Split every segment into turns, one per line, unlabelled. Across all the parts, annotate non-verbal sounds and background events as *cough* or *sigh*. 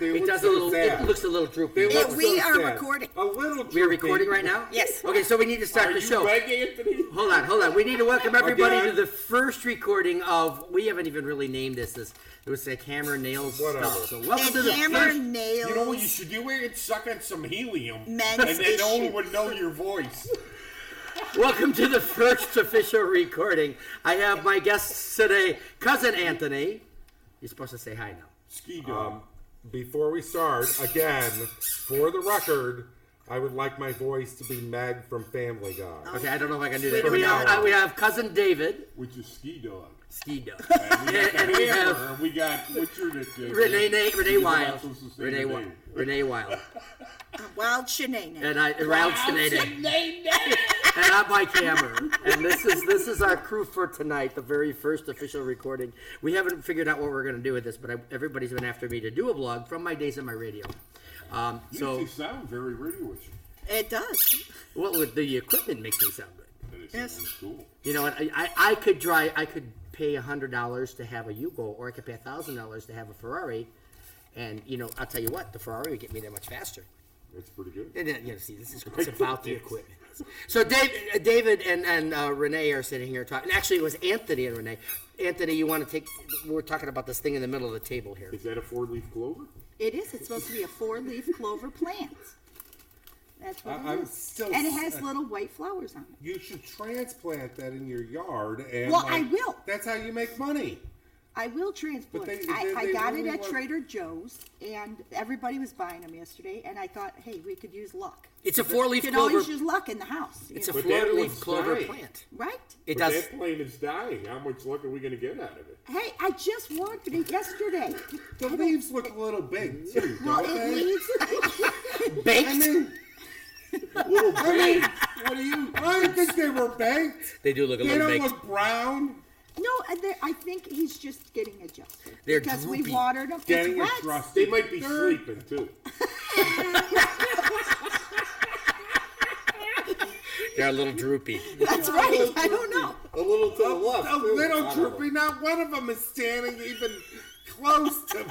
They
It
look
does a
so
little, it
sad.
looks a little droopy.
They
Yeah.
look
we
so
are
sad.
recording.
A
We're
little. droopy.
recording right now?
Yes.
Okay, so we need to start
Are
the
you
show.
ready, Anthony?
Hold on, hold on. We need to welcome everybody
Again?
to the first recording of, we haven't even really named this, this, it was like hammer, nails,
Whatever.
stuff. So welcome to
And
the
hammer
first.
nails.
You know what you should do? Where it's sucking some helium,
Men's
and then no one
issues.
would know your voice.
Welcome to the first official recording. I have my guests today, cousin Anthony. You're supposed to say hi now.
Um,
Ski dog.
Before we start, again, for the record, I would like my voice to be Meg from Family Guy.
Okay, I don't know if I can do that.
do
We have,
not.
uh, we have cousin David,
which is ski dog.
Ski Dog,
And we
and,
got, the
and we have
hammer, and we got what's your nickname?
Renee Renee, Renee
You're not
Wild,
supposed to say
Renee
the
Wild,
name.
Renee Wild,
Wild Shenanigans.
and I and Ralph Sinaden. *laughs* and I'm Mike Hammer. And this is this is our crew for tonight, the very first official recording. We haven't figured out what we're going to do with this, but I, everybody's been after me to do a vlog from my days on my radio. Um,
You
so,
two sound very radioish.
It does.
what would the equipment make me sound good?
And it
Yes.
sounds cool.
You know, and I, I I could drive, I could pay hundred dollars to have a Yugo, or I could pay thousand dollars to have a Ferrari. And you know, I'll tell you what, the Ferrari would get me there much faster.
That's pretty good.
And then, you know, see, this is it's about the equipment. So Dave, uh, David and, and uh, Renee are sitting here talking. and Actually, it was Anthony and Renee. Anthony, you want to take? We're talking about this thing in the middle of the table here.
Is that a four-leaf clover?
It is. It's supposed to be a four-leaf clover plant. That's
I-
what it
I'm
is.
still-
and it has little white flowers on it.
You should transplant that in your yard and
Well,
like,
I will.
That's how you make money.
I will transplant.
they-
it. I,
they-
I
they
got
really
it at
want-
Trader Joe's, and everybody was buying them yesterday. And I thought, hey, we could use luck.
It's a four-leaf
You can
clover.
always use luck in the house. you
It's a
know,
But that
four-leaf
one's
clover
dying.
plant.
right?
It
But
does.
that plane is dying. How much luck are we going to get out of it?
Hey, I just wanted it yesterday.
The leaves look a little big too,
Well,
don't
it
they?
needs. *laughs*
Baked.
I mean,
*laughs*
Little bit. what are you?
I didn't think they were baked.
they do look a
They
little
don't
baked.
look brown.
No, I thi- I think he's just getting adjusted
They're
because
droopy.
we watered them.
Getting
it's wet.
trusty.
They might be sleeping too.
They're a little droopy.
*laughs* That's right. I don't know.
*laughs*
A little to the left.
A
too.
little
I don't know.
droopy. Not one of them is standing even close to.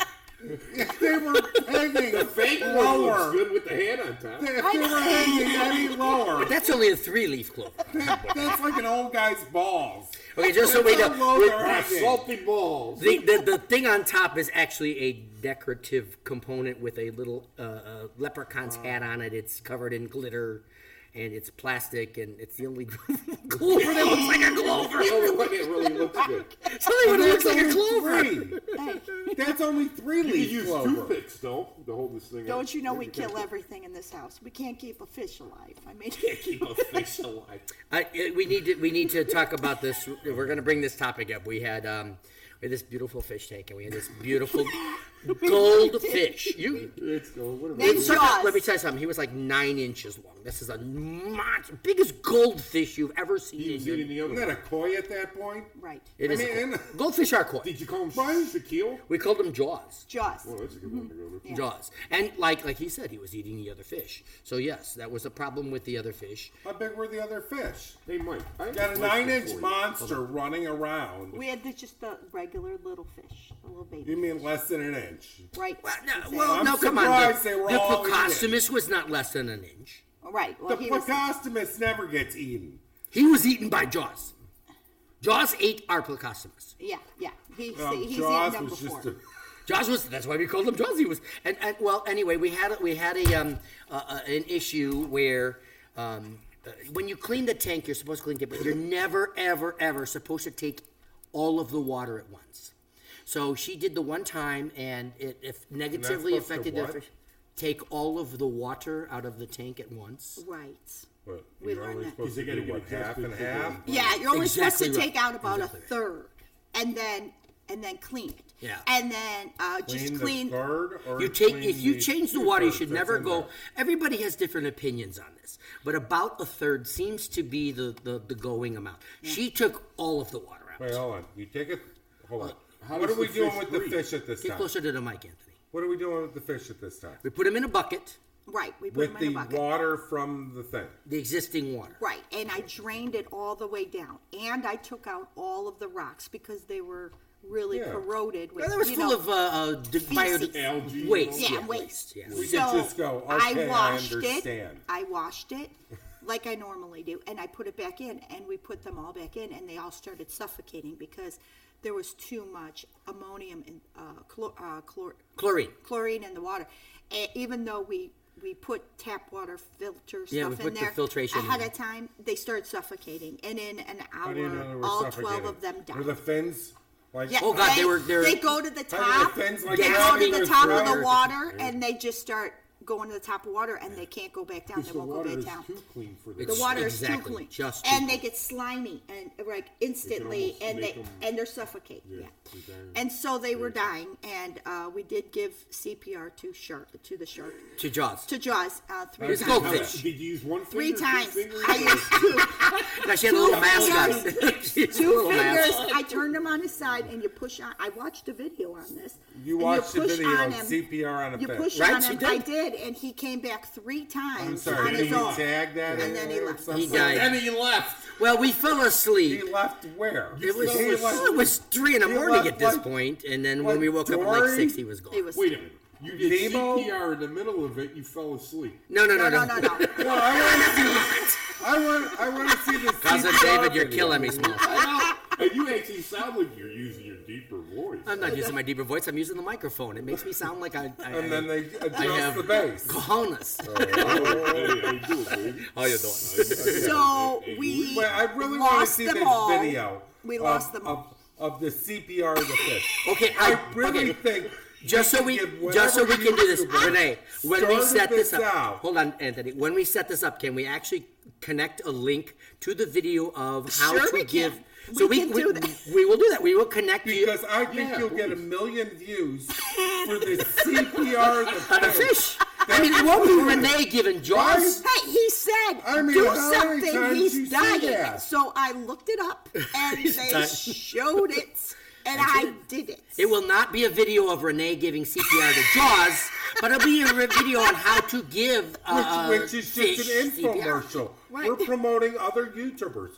If they were hanging
The fake one looks
lower,
good with the hand on top.
if they were hanging
*laughs*
any lower,
That's only a three-leaf clover.
That- That's like an old guy's balls.
Okay, just so we
How
know,
low
we-
they're
Ah,
hanging.
salty balls. *laughs*
the, the, the thing on top is actually a decorative component with a little uh, uh, leprechaun's hat on it. It's covered in glitter, and it's plastic, and it's the only *laughs* clover that looks like a
*laughs*
clover.
The only one that really looks good.
Something that looks
That's
like a
only
clover.
three.
Hey,
That's only three
You
leaf
use
clover.
toothpicks, though, to hold this thing up.
don't you know we
Maybe
kill
can't-
everything in this house? We can't keep a fish alive. I mean, *laughs*
Can't keep a fish alive.
I, I- we need to we need to talk about this. We're going to bring this topic up. We had um, we had this beautiful fish tank, and we had this beautiful
*laughs*
goldfish. You
It's going, what am
They
I
So,
doing?
suck. Jaws.
let me tell you something. He was like nine inches long. This is a monster, biggest goldfish you've ever seen.
He
in
was
your-
eating the other
Isn't that a koi at that point?
right.
It
I
is a
mean,
koi.
and-
*laughs* goldfish are koi.
Did you call him
Right?
Shaquille?
We called them jaws.
Jaws.
Oh, that's a good one to go with.
Yeah.
Jaws. And like like he said, he was eating the other fish. So yes, that was a problem with the other fish.
How big were the other fish?
Hey, Mike. I have
Got a
question
nine-inch
for you.
monster running around.
We had the, just the regular little fish, the little baby.
You mean less than an inch?
right?
Well, no,
exactly.
well,
I'm
no come on.
surprised
The,
they were
the
all eating.
Picostomus was not less than an inch.
right.
The
Well, he was.
placostomus never gets eaten.
He was eaten by Jaws. Jaws ate our Picostomus.
Yeah, yeah. He,
Um,
he's
Jaws
eaten them
was
before.
just a.
Jaws was. That's why we called him Jaws. He was. And, and well, anyway, we had we had a um uh, uh, an issue where um uh, when you clean the tank, you're supposed to clean it, but you're never ever ever supposed to take all of the water at once. So she did the one time, and it, if negatively
supposed to
affected the
what?
fish, take all of the water out of the tank at once.
Right.
What,
We
you're
learned
only
that.
supposed
They
to
gotta
do
get
what, half
adjusted
and
to the-
half?
Yeah, you're only
Exactly
supposed to
right.
take out about
Exactly
a
right.
third, and then and then clean it.
Yeah.
And then uh, just clean.
the bird or
You take
clean
if you
the
change the
two
water, you
birds
should
that's
never
in
go.
there?
Everybody has different opinions on this, but about a third seems to be the the, the going amount. She took all of the water out.
Wait, hold on. You take it. Hold on.
how
what are
does
we
the
doing
fish
with the
breathe?
fish at this
Get
time?
closer to the mic, Anthony.
What are we doing with the fish at this time?
We put them in a bucket,
Right. We put
With
them in a
the
bucket.
water from the thing.
the existing water.
Right, and I drained it all the way down, and I took out all of the rocks because they were really
Yeah.
corroded with
Well, that was
you
full
know,
of uh, uh, de- bio-
feces.
Algae.
waste.
Yeah,
Yeah,
waste.
waste. Yeah.
We
so
could just go, okay, I
washed
understand.
It, I washed it like I normally do, and I put it back in, and we put them all back in, and they all started suffocating because there was too much ammonium and uh, chlor, uh, chlor,
Chlorine.
chlorine in the water. And even though we we put tap water filter
Yeah, we
stuff
put
in
the
there
filtration in
ahead
there.
of time, they started suffocating, and in an
How do you know they
hour,
were
all
suffocating?
twelve of them died.
Were the fins like?
Yeah,
Oh, God, they were- they were-
they go to the top.
fins like
they go
grabbing
to the
or
top of
throwing?
the water and they just start going to the top of water and they can't go back down.
Because
They
the
won't go
water
back
is
down.
too clean for this.
The water is too
Exactly,
clean,
just too
and they
clean.
get slimy and uh, like instantly,
almost
and they
make 'em-
and they're suffocate. Yeah.
they're dying.
And so they were dying, and uh, we did give CPR to shark to the shark
To Jaws.
to Jaws uh, three
Here's a
times.
goldfish.
Did you use one
Three
finger?
times.
Two fingers?
I used two,
Now, she had a little
Two
mask on. *laughs* She had a
two
little mask.
fingers. I turned them on his side, and you push on. I watched a video on this.
You
and
watched the
push
video
on
of
him.
CPR on a
You
fish.
push
Right,
on
she
him.
did.
I did, and he came back three times
I'm
on
sorry, did
his
he
own.
tag that? in
And then he
there or
left.
something?
He died.
And he left.
Well, we fell asleep.
He left where?
It was,
He
well, it was three in the
he
morning
left
at this
like-
point, and then
like
when we woke up at like
Dory?
six, he was gone.
It was
Wait a minute. You did
Nemo?
CPR in the middle of it. You fell asleep.
no, no, no,
no,
no.
no, no, no.
No, I want to see. The, I want. I want to see the.
Cousin
CPR
David, you're
video.
killing me, Small.
I know. and you actually sound like you're using your deeper voice.
I'm not using my deeper voice. I'm using the microphone. It makes me sound like I. I
And then they
I
adjust
have
the base.
cojones.
Oh, Hey, how you doing, baby?
*laughs* How you doing?
So we
Wait, I really want to
lost
see
them
this
all.
video.
We
of-
lost them
of,
all.
of the CPR of the fish.
Okay,
I
I-
really
okay.
think
Just so
can
we,
give
just so we
whatever
can do
use
this,
to it.
Renee. When we
Started
set this up,
out.
hold on, Anthony. When we set this up, can we actually connect a link to the video of how
Sure
to
we
give?
can.
So
We
we
can
we,
do that.
we will do that. We will connect you
because I think
Yeah,
you'll get a million
*laughs*
views for the CPR of
on
the
a fish. I mean, it won't be Renee giving Jaws.
Hey, he said,
I mean,
do
how many
something.
times you
He's
see
dying.
that?
So I looked it
*laughs*
up, and they
dying.
showed it, and I did it.
It will not be a video of Renee giving CPR to Jaws, but it'll be a re- video on how to give. Uh,
which, which is just
fish
an
CPR.
infomercial.
Right.
We're promoting other YouTubers.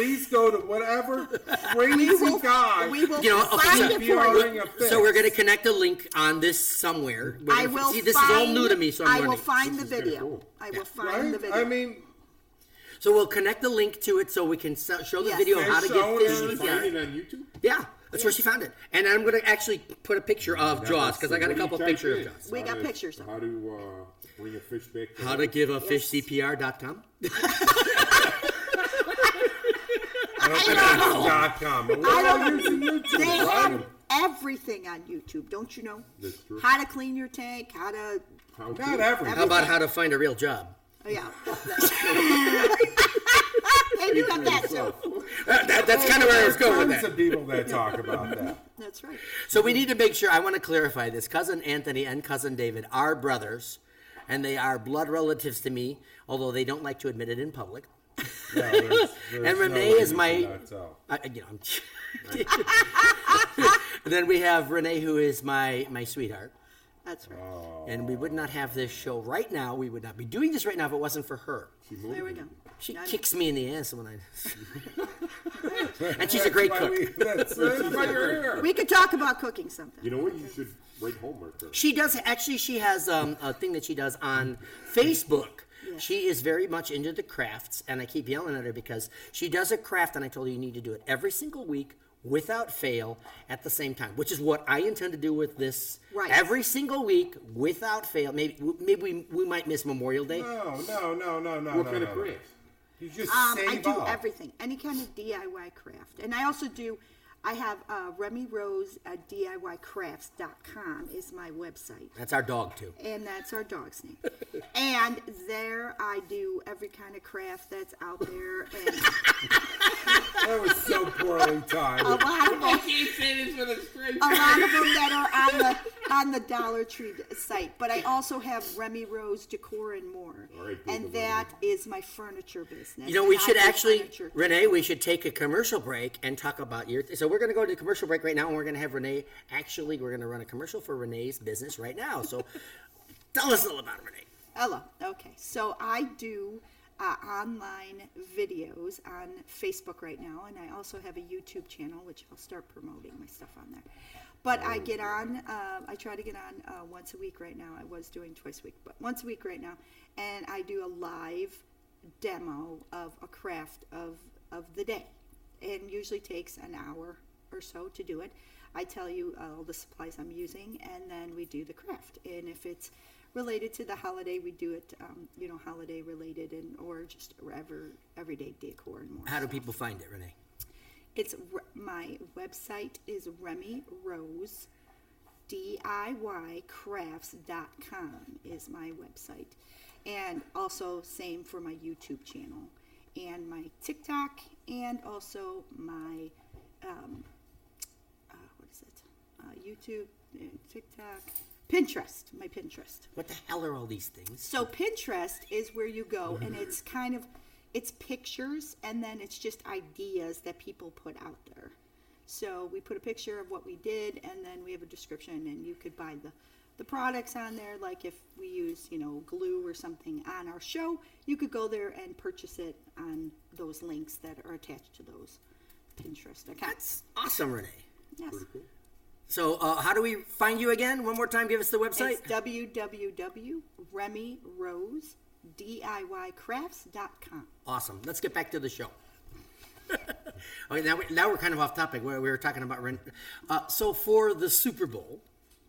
Please go to
*laughs*
whatever crazy
will-
guy.
we will
You know, okay,
find
so-
it for you.
CPRing a fish.
So we're going to connect a link on this somewhere. We're
I
gonna-
will
See, this
find,
is all new to me, so I'm
I
learning.
will find the
This is kinda
video.
cool.
I will find the
Right?
video.
I mean,
So we'll connect the link to it so we can so- show the
Yes.
video of how to
Fish
get
owners.
fish
Did you
CPR.
find it on YouTube?
Yeah, that's where she found it. And I'm going to actually put a picture of Jaws because I got a
What do you
couple
type
pictures
in?
of Jaws.
We
How
got
to-
pictures of
How to uh, bring a fish back? to
How to
life.
give a fish CPR.com?
I don't think it's dot com. but We're all using YouTube.
They
right?
have everything on YouTube, don't you know?
That's true.
How to clean your tank, how to,
How
Not
to-
everything.
How about how to find a real job?
*laughs*
oh, yeah. *laughs* they do have that too.
That- Uh, that- that's kind of where I was going with
Tons
that.
of people that talk about that.
That's right.
So we need to make sure. I want to clarify this. Cousin Anthony and cousin David are brothers, and they are blood relatives to me, although they don't like to admit it in public.
No, there's- there's
And
no
Renee
way
is
you
my-
cannot tell.
I, I- you know, I'm *laughs* and then we have Renee, who is my my sweetheart,
That's right.
and we would not have this show right now. We would not be doing this right now if it wasn't for her.
there we go.
She
I'm-
kicks me in the ass when I. *laughs* and she's a great
That's why
cook. *laughs*
we- That's, that's why you're here.
We could talk about cooking something.
You know what? You should write homework. Then.
She does actually. She has um, a thing that she does on Facebook. She is very much into the crafts, and I keep yelling at her because she does a craft, and I told her you need to do it every single week without fail at the same time, which is what I intend to do with this.
Right.
Every single week without fail. Maybe maybe we, we might miss Memorial Day.
No, no, no, no, no.
What
no,
kind
no.
of crafts?
You just
Um,
save
I do
up.
everything, any kind of DIY craft, and I also do. I have uh, Remy Rose at DIYCrafts.com is my website,
That's our dog too.
and that's our dog's name. and there I do every kind of craft that's out there. And
That was so poorly
*laughs*
timed.
a lot of them, a lot of them that are on the on the Dollar Tree site, but I also have Remy Rose Decor and More,
right, Google
and that is my furniture business.
You know,
and
we
I
should
do
actually,
furniture.
Renee, we should take a commercial break and talk about your. so we're going to go to the commercial break right now, and we're going to have Renee. Actually, we're going to run a commercial for Renee's business right now. So tell us all about it, Renee.
Ella. Okay, so I do uh, online videos on Facebook right now, and I also have a YouTube channel which I'll start promoting my stuff on there. But I get on. Uh, I try to get on uh, once a week right now. I was doing twice a week, but once a week right now, and I do a live demo of a craft of of the day, and usually takes an hour or so to do it. I tell you uh, all the supplies I'm using, and then we do the craft. And if it's related to the holiday, we do it, um, you know, holiday related, and or just ever everyday decor and more.
How do
stuff.
people find it, Renee?
It's r- my website is Remy Rose DIYcrafts.com is my website. And also same for my YouTube channel and my TikTok and also my um, uh, what is it? Uh, YouTube, uh, TikTok, Pinterest, my Pinterest.
What the hell are all these things?
So Pinterest is where you go, and it's kind of it's pictures, and then it's just ideas that people put out there. So we put a picture of what we did, and then we have a description, and you could buy the the products on there. Like if we use you know glue or something on our show, you could go there and purchase it on those links that are attached to those Pinterest accounts.
Awesome, Renee.
Yes,
So uh, how do we find you again? One more time, give us the website.
it's www.remyrose.diycrafts.com.
Awesome. Let's get back to the show. *laughs* okay, now, we, now we're kind of off topic. Where we were talking about rent. Uh, so for the Super Bowl,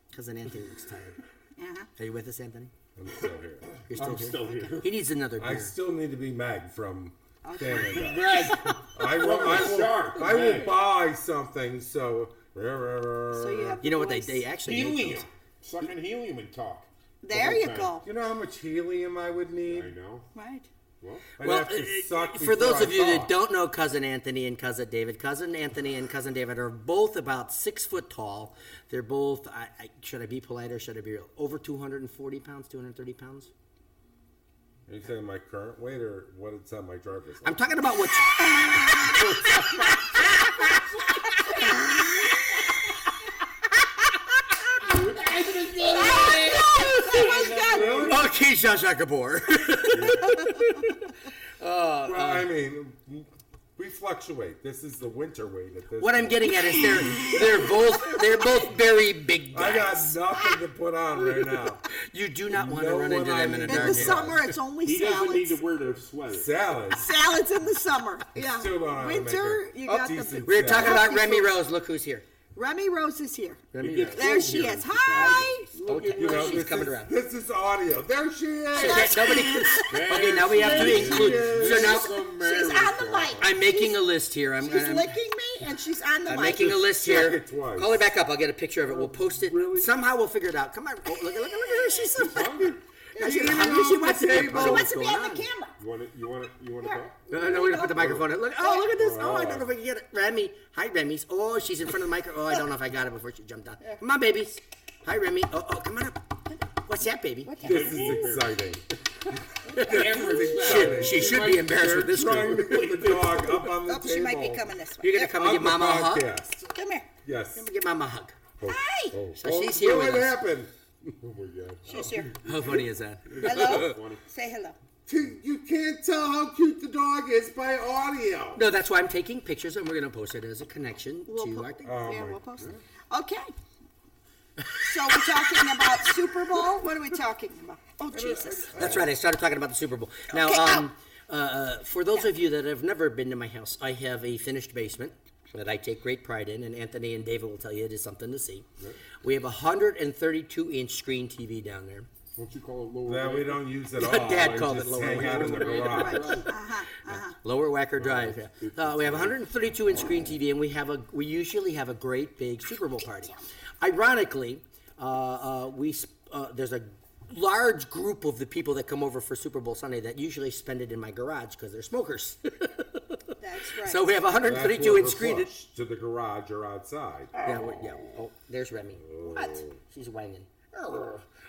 because Anthony looks tired.
Uh-huh.
Are you with us, Anthony?
I'm still here.
You're still
I'm
here?
Still here.
He needs another
I
beer.
still need to be Meg from Family
*laughs*
Guy.
Greg, *laughs*
I will, I will,
Shark,
I will
Meg.
buy something. So,
So you have
you know what they,
voice.
they actually make
helium.
those.
Sucking helium and talk. the
There
whole
you
time.
go.
you know how much helium I would
I
need?
know.
Right.
Well,
I'd
Well,
have to
uh,
suck
for those
before I
of you that
talk.
don't know, cousin Anthony and cousin David, cousin Anthony and cousin David are both about six foot tall. They're both. I, I, should I be polite or should I be real? Over two hundred and forty pounds, two hundred and thirty pounds.
Are you saying my current weight or what it's on my driver's
I'm
license?
talking about *laughs* what's. Oh, okay, Shasha Kapoor.
well, I mean, we fluctuate. This is the winter weight at this
what I'm
point.
getting at is they're they're both they're both very big
I got
guys.
nothing to put on
*laughs*
right now.
You do not want to
No
run into
one I
them in a
need.
In
dark
the
Yeah.
alley.
summer, it's only
he doesn't need
salads.
to wear the sweater.
Salad.
Salads in the summer. Yeah.
Still don't know how to make
Winter,
it.
you
Oh,
got the
decent.
We were talking about
Healthy
Remy
food.
Rose. Look who's here.
Remy Rose is here.
It
Remy
gets
Rose.
There
cold
she
here in
is.
Chicago.
Hi.
Look at
You know,
Remy.
this
coming
is-
around.
This is audio. There she is.
Okay, nobody can. Okay, now we have to include. So now
She's on the mic.
I'm making a list here. I'm,
She's
I'm-
licking me, and she's on the
I'm
mic.
making a list
Check
here.
it twice.
Call her back up. I'll get a picture of it. We'll post it. Somehow we'll figure it out. Come on. Oh, look, look, look at her. She's so hungry. Now she's
Eating
hungry. She
off
wants
the
to be a
table.
part
Oh, She
of
wants
what's
to be
going
on the
on.
camera.
You want to? You want to? You want to go?
No, no, we're gonna put the microphone. In. Look! Oh, look at this! Oh, I don't know if I can get it. Remy, hi, Remy's. Oh, she's in front of the micro. Oh, I don't know if I got it before she jumped on. Come on, babies. Hi, Remy. Oh, oh, come on up. What's that, baby?
This is exciting.
Shit, she should be embarrassed with this
Trying
group.
to get the dog up on the
Oh,
table.
she might be coming this way.
You're gonna come and
On
give
the
Mama a hug. Come
podcast.
Come here.
Yes.
and Give Mama a hug.
Hi.
oh.
So she's here
What
with us.
happened? *laughs*
Oh my god.
She's here.
How funny is that?
Hello. Say hello.
You you can't tell how cute the dog is by audio.
No, that's why I'm taking pictures and we're gonna post it as a connection
We'll
to
po-
our thing.
yeah, we'll post it. Okay. So we're talking about Super Bowl. What are we talking about?
Oh, Jesus.
That's right. I started talking about the Super Bowl. Now,
Okay,
oh.
um, uh, for those of you that have never been to my house, I have a finished basement that I take great pride in, and Anthony and David will tell you it is something to see. We have a 132 inch screen TV down there.
Don't you call it lower?
That
right?
we don't use at all.
Dad
We
called
just
it lower
Hang out in the garage.
Uh-huh,
Lower
Oh,
Wacker Drive. yeah. Uh, we have a 132 inch screen TV, and we have a we usually have a great big Super Bowl party. Ironically, uh, uh, we sp- uh, there's a large group of the people that come over for Super Bowl Sunday that usually spend it in my garage because they're smokers.
That's right.
so we have a
That's
132
where
inch
we're
screen.
pushed, to the garage or outside.
Yeah, we're- yeah. Oh, there's Remy.
what?
She's whining. Oh.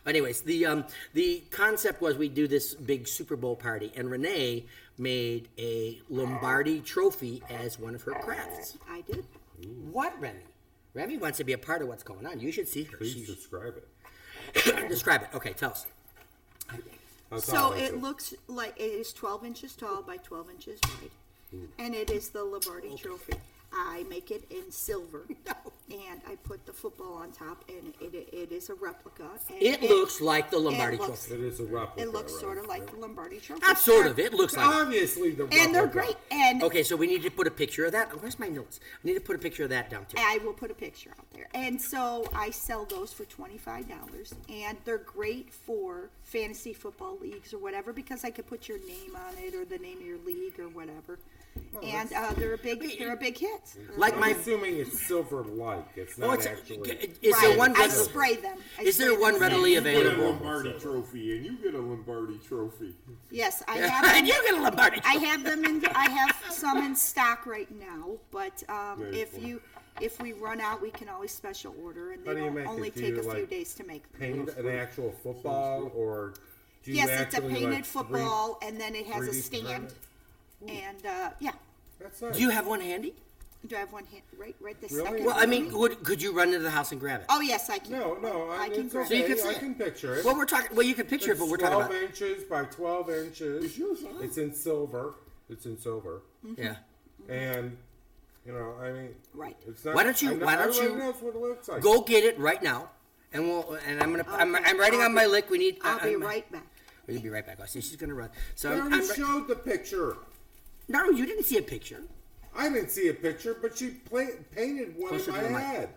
Anyways, the um, the concept was we do this big Super Bowl party, and Renee made a Lombardi trophy as one of her crafts.
I did.
What, Remy? Remy wants to be a part of what's going on. You should see her.
Please
She,
describe it.
describe it. Okay, tell us.
That's
So
all I
it
said.
looks like it is 12 inches tall by 12 inches wide, and it is the Lombardi Trophy. I make it in silver, and I put the football on top, and it, it is a replica. And
It looks like the Lombardi
it looks-
Trophy.
It is a replica.
It looks
right?
sort of like the Lombardi Trophy.
Not sort of. It looks like. it.
Obviously, the replica.
And they're great, and
Okay, so we need to put a picture of that. Oh, where's my notes? I need to put a picture of that down too.
I will put a picture out there. And so I sell those for twenty-five dollars, and they're great for fantasy football leagues or whatever because I could put your name on it or the name of your league or whatever.
Oh,
and uh, they're a big, they're a big hit.
Like
I'm
my.
assuming it's silver like. It's not
Oh, it's,
actually.
is there
Right,
one?
I
red- *laughs*
spray them. I
Is there
spray
one
them.
readily
You get a
available?
Lombardi trophy, and you get a Lombardi trophy.
Yes,
*laughs*
I have.
and
Them,
you get a Lombardi.
I have them in. I have some in stock right now, but um,
Very
if
cool.
you. If we run out, we can always special order, and
How
they
do you
don't
make it?
only
Do
take
you,
a few
like,
days to make. them.
Paint an actual football or. Do you
Yes, it's a
actually, like,
painted
three-
football, and then it has a
3D
stand. And uh, yeah,
That's nice.
Do you have one handy?
do I have one hand right, right this
Really?
second?
Well, I mean, would, could you run into the house and grab it?
oh yes, I can.
No, no, I,
I can
it's
grab
okay.
it.
So you can
I
see
can picture it.
Well, we're talking. Well, you can picture it,
it's
but we're talking about.
inches by 12 inches. It's in silver. It's in silver.
Yeah.
And, you know, I mean.
Right.
It's not,
Mm-hmm. Why don't you-
I know-
why don't
everyone
you
knows what it looks like.
Go get it right now, and we'll. And I'm gonna. I'm,
Okay,
I'm writing
I'll
on my
be-
lick. We need.
I'll be
I'm-
right back.
We'll be right back. I see she's gonna run. So
I
I'm,
already
I'm, ri-
showed the picture.
no, you didn't see a picture.
I didn't see a picture, but she play, painted one
Closer
in
to
my
the mic.
head.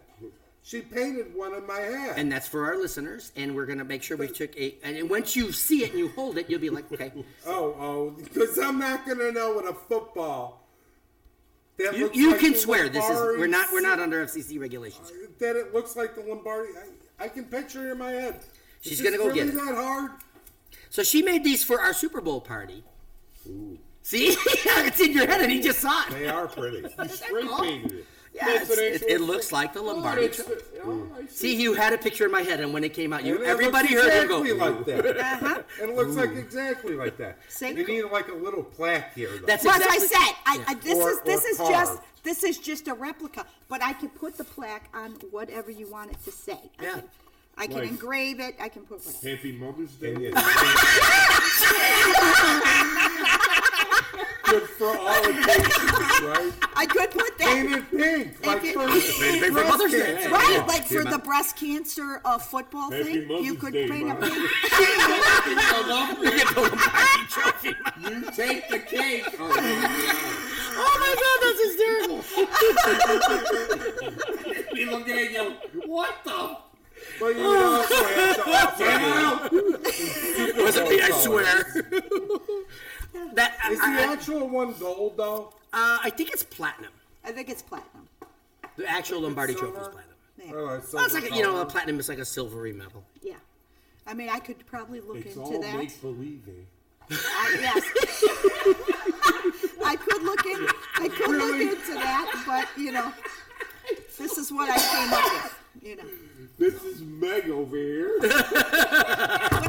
She painted one in my head.
And that's for our listeners, and we're gonna make sure we took a. And once you see it and you hold it, you'll be
*laughs*
like, okay.
oh, oh, because I'm not going to know what a football. That
You,
looks
you
like
can
the
swear this is. We're not. We're
Lombardi-
not under FCC regulations.
that it looks like the Lombardi. I, I can picture it in my head.
She's
Is this
gonna go
really
get it.
that hard.
So she made these for our Super Bowl party. See, *laughs* it's in your head, and he just saw it.
They are pretty. *laughs*
*laughs*
You spray painted it.
Yes,
That's an
it,
actual-
it looks like the
Oh,
Lombardi.
it's
Trophy.
the- oh, I
See,
see.
you had a picture in my head, and when it came out, you
And it
everybody
looks
heard him go.
exactly like that.
Uh-huh.
*laughs* And it looks like exactly like that.
Say
you
cool.
need like a little plaque here. Though.
That's
That's
exactly.
what I
*laughs*
said. I, I, this
Or-
is this
or
is just
carved.
this is just a replica, but I can put the plaque on whatever you want it to say. I
Yeah.
can, I can
Like-
engrave it. I can put whatever.
Happy Mother's
*laughs*
Day.
And it's- Good for all occasions, right?
I could put that.
Painted pink, like
it- *laughs*
for,
Painted
pink for
breast
Mother's Day.
cancer.
Right,
Yeah.
like for
Yeah.
the breast cancer uh, football
Happy
thing, you
Mother's
could
Day,
paint a
Mom.
pink.
You get the Lombardi trophy.
You take
*laughs*
the cake. Oh, my
Oh my God, that's hysterical.
God. People get it, yell, what the?
But you also have to
uh,
offer
Wow.
It wasn't me, I swear. that I,
Is the
I,
actual one gold though?
uh, I think it's platinum.
I think it's platinum.
The actual Lombardi trophy is
silver?
platinum.
Yeah.
Or like
Well, it's
silver
like a- you know,
color?
a platinum is like a silvery metal.
Yeah. I mean, I could probably look
It's
into
all
that.
make believing.
I, yes. I could look in. I could look into that, but you know, this is what I came up with. You know,
This is Meg
*laughs*
over here.
but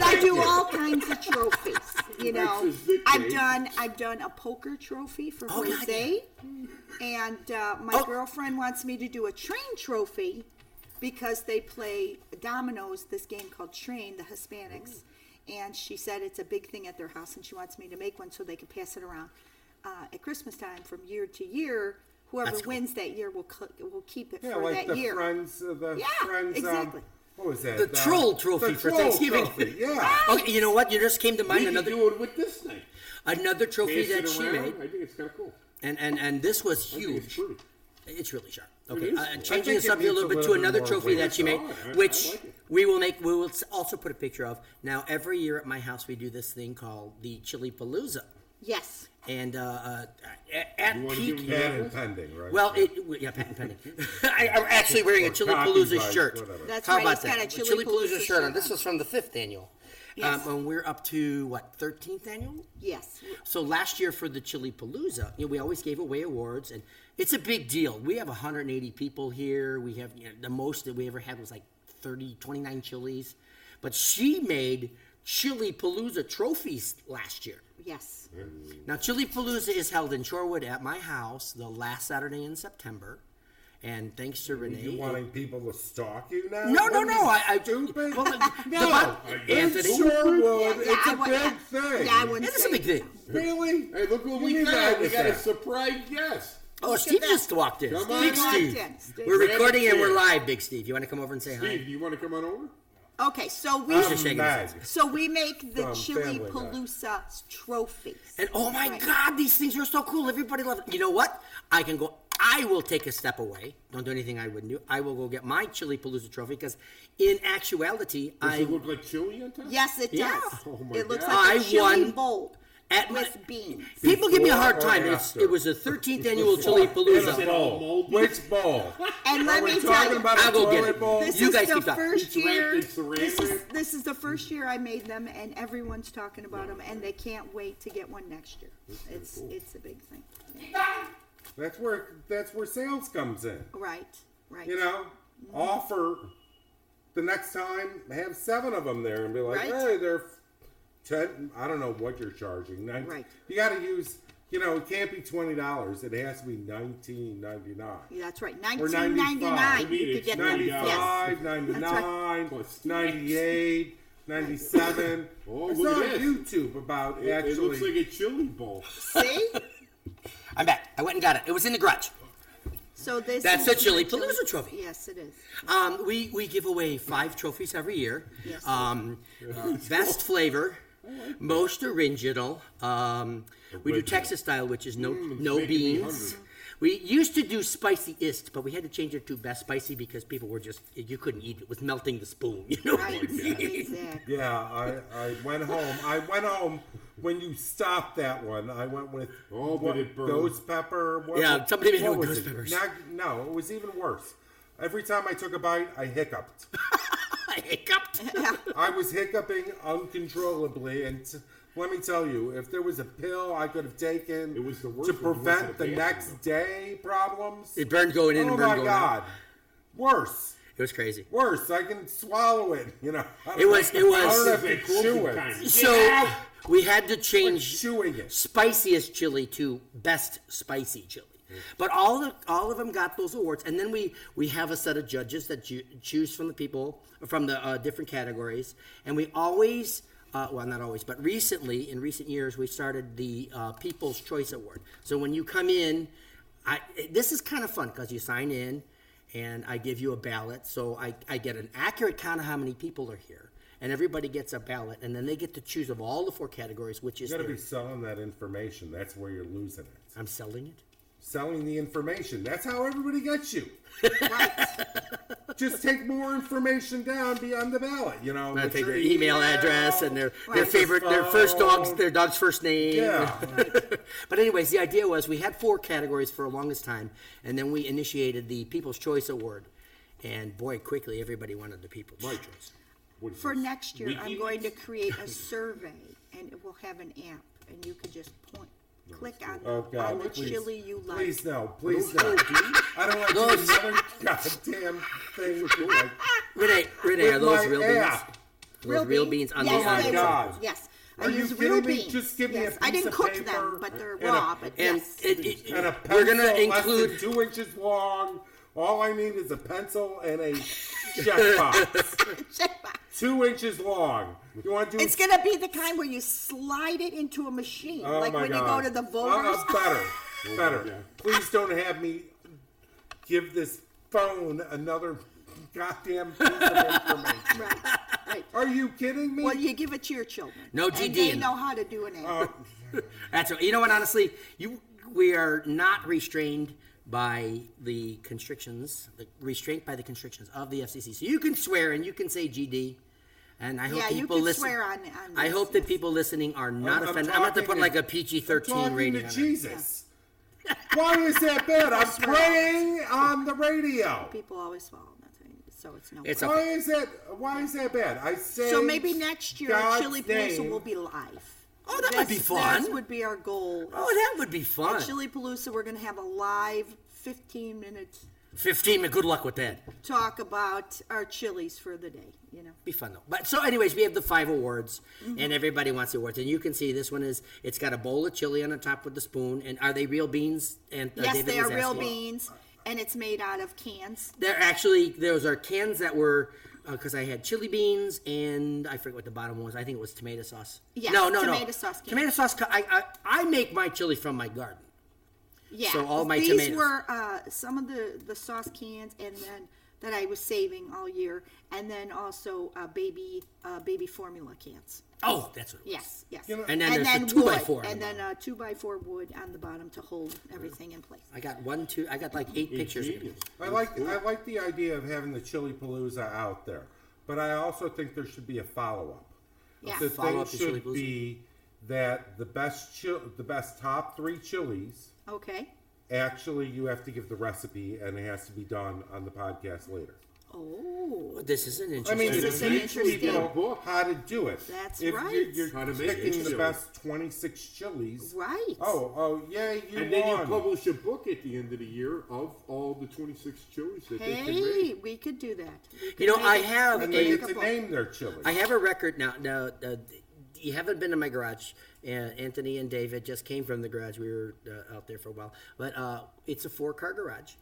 I do all kinds of trophies. You know,
This is the
I've
cake.
done. I've done a poker trophy for
Oh, God,
Jose, and uh, my
Oh.
girlfriend wants me to do a train trophy because they play dominoes. This game called Train, the Hispanics. And she said it's a big thing at their house, and she wants me to make one so they can pass it around uh, at Christmas time from year to year. Whoever
That's cool.
wins that year will cl- will keep it
Yeah,
for
like
that
the
year.
friends, uh, the
Yeah,
friends.
exactly.
Um, what was that?
The troll trophy
the
for
troll
Thanksgiving.
trophy, yeah.
*laughs* Okay, you know what? You just came to
We
mind
can
another
do it with this thing.
another trophy
Pass it
that she
around.
made,
I think it's kind of cool.
and and and this was
I think it's
huge.
pretty.
It's really sharp.
It
Okay,
is.
uh,
I
changing
think
this
it
up here a
needs
little
a
bit to
little
another
more
trophy that she made,
weight. Oh, I- I
which
like it.
we will make. We will s- also put a picture of. Now, every year at my house, we do this thing called the Chili Palooza,
Yes.
and uh, uh, at, at
You wanna give
peak.
them
Bad and pending, right?
Well, it w- yeah, patent pending. *laughs* I, I'm actually wearing a
Or
Chili Palooza
copyright,
shirt.
whatever.
That's
How
right,
about
he's got
that?
a Chili
Palooza,
Palooza
shirt on.
shirt
This
on.
was from the fifth annual,
Yes.
um, and we're up to what thirteenth annual.
Yes.
So last year for the Chili Palooza, you know, we always gave away awards, and it's a big deal. We have 180 people here. We have you know, the most that we ever had was like 30, 29 chilies, but she made Chili Palooza trophies last year.
Yes.
Now, Chili Palooza is held in Shorewood at my house the last Saturday in September, And thanks to Renee.
You wanting people to stalk you now?
No, no,
What
no,
are you
I- I-
stupid.
well, the-
*laughs*
the
no,
bot-
in
Anthony-
Sherwood,
Yeah, yeah,
it's
I
a
would-
big
yeah,
thing.
yeah, I wouldn't
It is
say-
a big thing.
Really?
Hey, look what
You
we
need to
got. We
add
got a
this in.
surprise guest.
Oh, Steve just walked in.
Come
Big
on
Steve.
in. Steve.
We're recording and we're
Steve.
live, Big Steve. You want to come over and say hi?
Steve, do you want to come on over?
Okay, so we
Um,
just shaking his
Mag.
head.
so we make the
From
chili
Family Guy.
palooza trophies.
And oh my
Right.
God, these things are so cool. Everybody loves it. You know what? I can go. I will take a step away. Don't do anything I wouldn't do. I will go get my Chili Palooza trophy because, in actuality,
Does
I
it look like chili on top?
Yes, it
Yes.
does.
Oh my
it looks
God.
like a
I
chili
won
bowl
at my-
with beans.
people give me a hard
Before or
time. It's,
after?
it was the 13th annual Chili
Is it
Palooza.
all moldy?
Which
*laughs*
bowl?
And let
Are we
me tell
talking
you,
about a
I'll go get
toilet
it.
bowl?
this
You
is
guys
the
keep talking.
first
It's
year.
wrapped in
This is
ceramic.
this is the first year I made them, and everyone's talking about them, and they can't wait to get one next year. It's it's a big thing,
That's where that's where sales comes in.
right? Right.
You know, offer the next time have seven of them there and be like,
Right.
hey, they're ten. I don't know what you're charging. Nine-
Right.
You got to use. You know, it can't be twenty dollars. It has to be nineteen ninety nine.
Yeah, that's right.
Or
1999,
95.
you could get them. Yes.
95, 99,
Plus
98, 97.
Oh,
I
look
saw
at
on
this.
YouTube about
It,
actually.
it looks like a chili bowl.
See?
I'm back. I went and got it. It was in the garage.
So this
That's
is
a chili
my
palooza trophy.
Yes, it is.
Um, we, we give away five trophies every year. Um, uh,
*laughs*
best flavor, most original. Um, we do Texas style, which is no
Mm,
no
making me
beans. We used to do spiciest, but we had to change it to best spicy because people were just you couldn't eat it. It was melting the spoon. *laughs* You know. *laughs*
Right. exactly.
yeah, I, I went home. I went home when you stopped that one. I went with
Oh, but
what,
it burned.
ghost pepper. What,
Yeah,
what-
somebody made it
what
with
was
ghost peppers.
Not- no, it was even worse. Every time I took a bite, I hiccuped.
I hiccuped.
I was hiccuping uncontrollably, and t- let me tell you, if there was a pill I could have taken
It was the worst
to
when you went to
prevent
the
the,
bathroom,
next day problems.
It burned going in
oh
and burned
my
going out.
god, worse,
It was crazy.
worse. I can swallow it. You know, *laughs* I don't
It was-
know-
it
I don't
was-
know if
It's a
you chew it.
croaky kind.
So we had to change
chewing it.
spiciest chili to best spicy chili. But all the, all of them got those awards, and then we we have a set of judges that ju- choose from the people from the uh, different categories, and we always. Uh, well, not always, but recently, in recent years, we started the uh, People's Choice Award. So when you come in, I, this is kind of fun because you sign in, and I give you a ballot. So I, I get an accurate count of how many people are here, and everybody gets a ballot, and then they get to choose of all the four categories, which is
You got to
their-
be selling that information. That's where you're losing it.
I'm selling it.
Selling the information. That's how everybody gets
*laughs*
you. Just take more information down beyond the ballot. You know,
I
with
take
your
their email address and their, their
with your
favorite, their first dog's,
phone.
their dog's first name.
Yeah.
*laughs* but anyways, the idea was we had four categories for the longest time, and then we initiated the People's Choice Award, and boy, quickly everybody wanted the People's Choice.
What is
For
this?
next year, I'm
Mickey?
going to create a survey, and it will have an app, and you could just point, click on,
*laughs* Oh
the-
God!
on the
please,
chili you like.
Please no! Please no! I don't want to do
Those-
another goddamn thing.
*laughs*
Like,
Renee, Renee, are
With
those
my
real
app.
beans? Are those real beans on
yes,
the
my
outside?
they were.
Oh, God.
Yes, I
Are you
use
kidding
real
me?
beans.
Just give me a
yes. I
piece
didn't
of
cook
paper
them, but they're
and a-
raw. but
And
yes, *laughs*
it, it,
and a
it,
pencil
we're gonna
include
include.
two inches long. All I need is a pencil and
*laughs*
a checkbox. two inches long. You want to do?
It's gonna be the kind where you slide it into a machine,
Oh
like
my
when
God.
you go to the
Uh,
voters.
uh, better, better.
God.
Please don't have me give this phone another goddamn piece
*laughs*
of information.
*laughs* right, right.
Are you kidding me?
Well, you give it to your children.
No
and
GD
they
in
know how to do an app.
Oh,
That's what, you know what. Honestly, you we are not restrained by the constrictions, the restraint by the constrictions of the FCC. So you can swear and you can say GD, and I hope
Yeah, you
people
can
listen.
swear on- on
I
this,
hope that people listening are not
I'm
offended. I'm about to
talking
put like
to-
a PG
talking
thirteen rating.
to
on it.
Jesus. Why is that bad? I'm praying on the radio.
People always follow nothing, so it's no.
It's
fun.
Why is that? Why is that bad? I say.
so maybe next year
God's
Chili Palooza
name.
will be live.
Oh, that would be fun.
That would be our goal.
Oh, that would be fun.
Chili Palooza, we're gonna have a live 15 minutes
Fifteen. Good luck with that.
talk about our chilies for the day. You know.
be fun though. But so, anyways, we have the five awards,
Mm-hmm.
and everybody wants the awards. And you can see this one is it's got a bowl of chili on the top with the spoon. And are they real beans? And uh,
Yes,
David
they are
was
real
asking.
beans. and it's made out of cans.
They're actually those are cans that were because I had chili beans and I forget what the bottom was. I think it was tomato sauce.
Yeah,
no, no, no.
tomato sauce can.
Tomato sauce. ca- I, I I make my chili from my garden.
Yeah.
So all my
these
tomatoes.
were uh, some of the the sauce cans, and then that I was saving all year, and then also uh, baby uh, baby formula cans.
Oh, that's what. It was.
Yes, yes.
And then there's the two
wood,
by four on
and
the
then uh, two by four wood on the bottom to hold everything in place.
I got one, two. I got like eight pictures. of
Ingenious.
it.
I like I like the idea of having the Chili Palooza out there, but I also think there should be a follow up.
Yeah.
The
Follow
thing
up to Chili
should
Palooza.
be that the best chil- the best top three chilies.
Okay.
Actually, you have to give the recipe, and it has to be done on the podcast later.
Oh,
This is an
I
interesting.
mean,
This
it's
is an
teach
interesting-
people how to do it.
That's
if
right.
You're, you're
How to make
picking
chili.
the best twenty-six chilies.
right.
Oh, oh, yay! You
And then you
won.
publish a book at the end of the year of all the 26 chilies that they can
Hey,
make.
we could do that. We could
you know,
make
I
it-
have
and
a-
they
make
get to
a book.
name their chilies.
I have a record now. Now, uh, you haven't been to my garage. Uh, Anthony and David just came from the garage. We were uh, out there for a while, but uh, it's a four-car garage,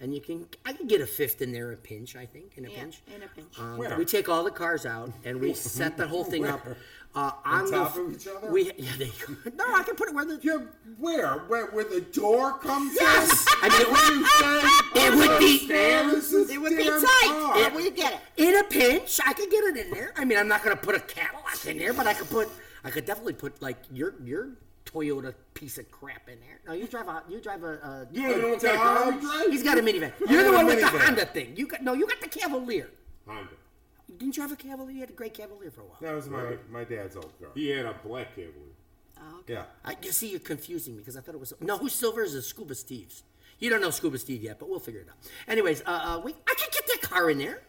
and you can I can get a fifth in there a pinch. I think in a
Yeah,
pinch.
in a pinch.
Um,
Where?
We take all the cars out and we set the whole thing up. Uh, on, the
top
f-
of each other?
We yeah, they, no, I can put it where the
Yeah, where? Where where the door comes
yes. I mean, it
in?
would, it would be
It
It would be tight, but we get it.
in a pinch. I could get it in there. I mean, I'm not gonna put a Cadillac in there, but I could put I could definitely put like your your Toyota piece of crap in there. No, you drive a you drive a. a
You know, the one that got a garage?
he's got a minivan. You're the
got a
one with the
minivan.
Honda thing. You got no, you got the Cavalier.
Honda.
Didn't you have a Cavalier? You had a great Cavalier for a while.
That was my my dad's old car.
He had a black Cavalier.
Yeah.
I you see you're confusing me because I thought it was no. Who's Silver is a Scuba Steve's. You don't know Scuba Steve yet, but we'll figure it out. Anyways, uh, uh we I could get that car in there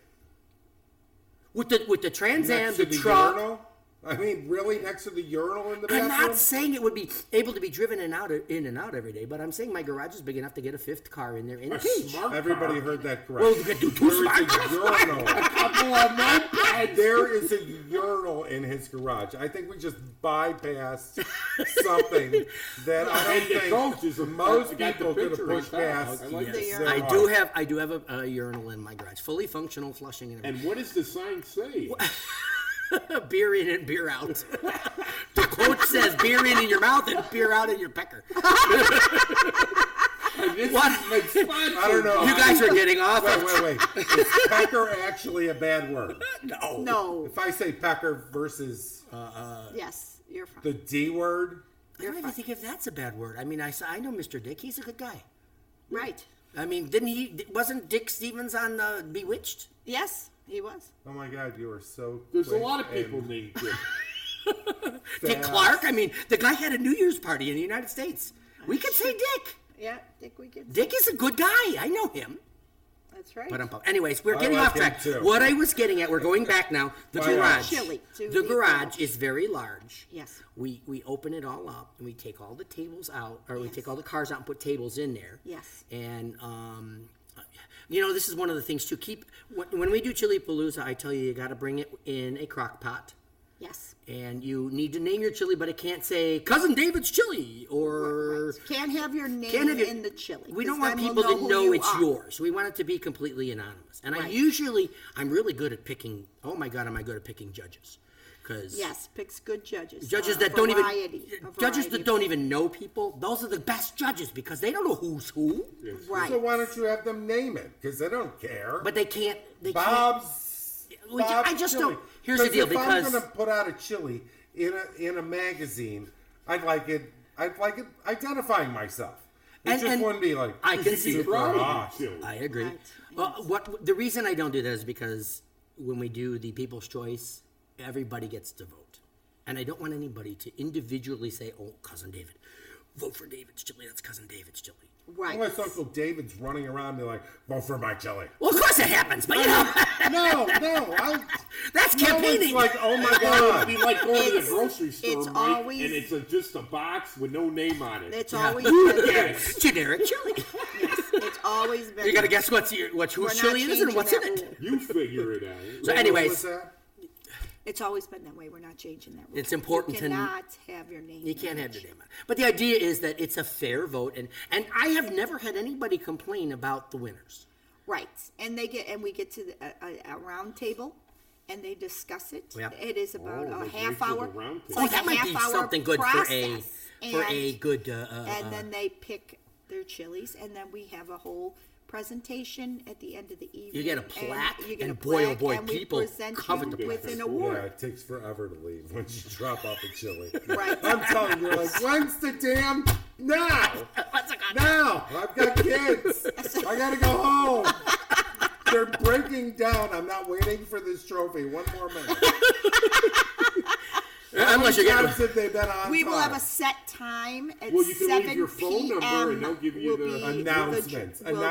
with the with the Trans Am,
Next to
the,
the
truck.
urinal. I mean, really, next to the urinal in the
I'm
bathroom.
not saying it would be able to be driven and out in and out every day, but I'm saying my garage is big enough to get a fifth car in there in a
A
cage.
smart
Everybody
car.
heard that correct.
Well, you could do two
there is
smart-
a urinal.
Couple of *laughs* mopeds.
there is a urinal in his garage. I think we just bypassed something that I
And the
don't
coach
think
is a- I
most
got the
people could have
picture of
pushed
that. I- I
past.
like
Yes.
their
I do
heart.
have I do have a, a urinal in my garage, fully functional, flushing and everything.
And what does the sign say?
*laughs* beer in and beer out. the quote says beer in in your mouth and beer out in your *laughs* pecker.
This
What?
is my sponsor.
I don't know.
You guys are getting off.
Wait, wait, wait. Is pecker actually a bad word?
No.
No.
Oh. If I say pecker versus uh,
Yes, you're fine.
the D word,
I don't even think if that's a bad word. I mean, I, s- I know Mr. Dick. He's a good guy.
right.
I mean, didn't he? Wasn't Dick Stevens on uh, Bewitched?
Yes, he was.
oh my God, you are so.
There's a
quick
lot of people
and
named Dick.
Dick
fast.
Clark. I mean, the guy had a New Year's party in the United States. We could say Dick.
Yeah, Dick, we could.
Dick is a good guy. I know him.
That's right.
But um, anyways, we're
I
getting
like
off track.
him too.
What I was getting at, we're going back now. The
Why not?
garage.
Chili, to
The
be
garage
fair.
is very large.
Yes.
We we open it all up and we take all the tables out, or we
Yes.
take all the cars out and put tables in there.
Yes.
And um, you know, this is one of the things to keep when, when we do Chili Palooza. I tell you, you got to bring it in a crock pot.
yes.
and you need to name your chili, but it can't say cousin David's chili or
Right. Can't have your name
can't have your-
in the chili.
We
'cause
don't want
then we'll
people to
who
know
you
it's
are.
yours. We want it to be completely anonymous. And I
Right.
usually, I'm really good at picking. Oh my God, am I good at picking judges? Because
Yes, picks good judges.
judges
uh,
that don't even uh,
variety, a
judges
variety.
that don't even know people, those are the best judges because they don't know who's who.
Right.
So why don't you have them name it? Because they don't care.
But they can't. They
Bob's.
We ju- I
Bob's
just
chili.
don't- here's the deal,
If
because-
I'm going to put out a chili in a in a magazine, I'd like it. I'd like it identifying myself. It
And-
just
and
wouldn't be like
I can see
super
Proud of
hot.
you, Chili.
can't. I agree.
Right.
Well, what the reason I don't do that is because when we do the People's Choice, everybody gets to vote, and I don't want anybody to individually say, "Oh, cousin David, vote for David's chili." That's cousin David's chili.
Right.
Unless Uncle David's running around and be like, vote for my chili.
*laughs* Well, of course it happens, but you know, *laughs*
no, no, I.
that's campaigning.
No one's like, oh
*laughs*
my
It'd be
god.
like going to the
It's-
grocery store,
it's
Mike,
always-
and it's a, just a box with no name on it.
It's always been
Yes.
generic chili.
It's always been
you got to guess what's your, what's
We're
whose
not
chili it is and
changing
what's in
that
it.
rule.
You figure it out.
So,
What was
anyways,
that?
It's always been that way. We're not changing that. rule.
It's important to
You
n-
cannot have your name.
You can't have your name on it. But the idea is that it's a fair vote, and and I have never had anybody complain about the winners.
Right, and they get, and we get to the, a, a, a round table, and they discuss it.
Yep.
It is about
Oh,
a
like
half
Rachel, the
hour.
round
it's
table.
like
Oh, that
a
might be
half-hour
something good for a
process,
for a
and-
good. Uh, uh,
and then they pick their chilies, and then we have a whole presentation at the end of the evening.
get a
and
plaque,
you get
and
a
boy, oh
plaque,
boy,
and we
people
present you
covet the
with an
plaque.
Yeah,
award.
it takes forever to leave once you drop off a chili.
Right.
I'm telling you, you're like, when's the damn now?
What's it got-
Now I've got kids. I gotta go home. They're breaking down. I'm not waiting for this trophy. One more minute.
Unless you're
Times
getting.
have they been on
We will
time?
have a set time at
Well, you can leave
seven
your phone
PM.
number and they'll give you
will
the-
be- will
Announcements,
will- Will be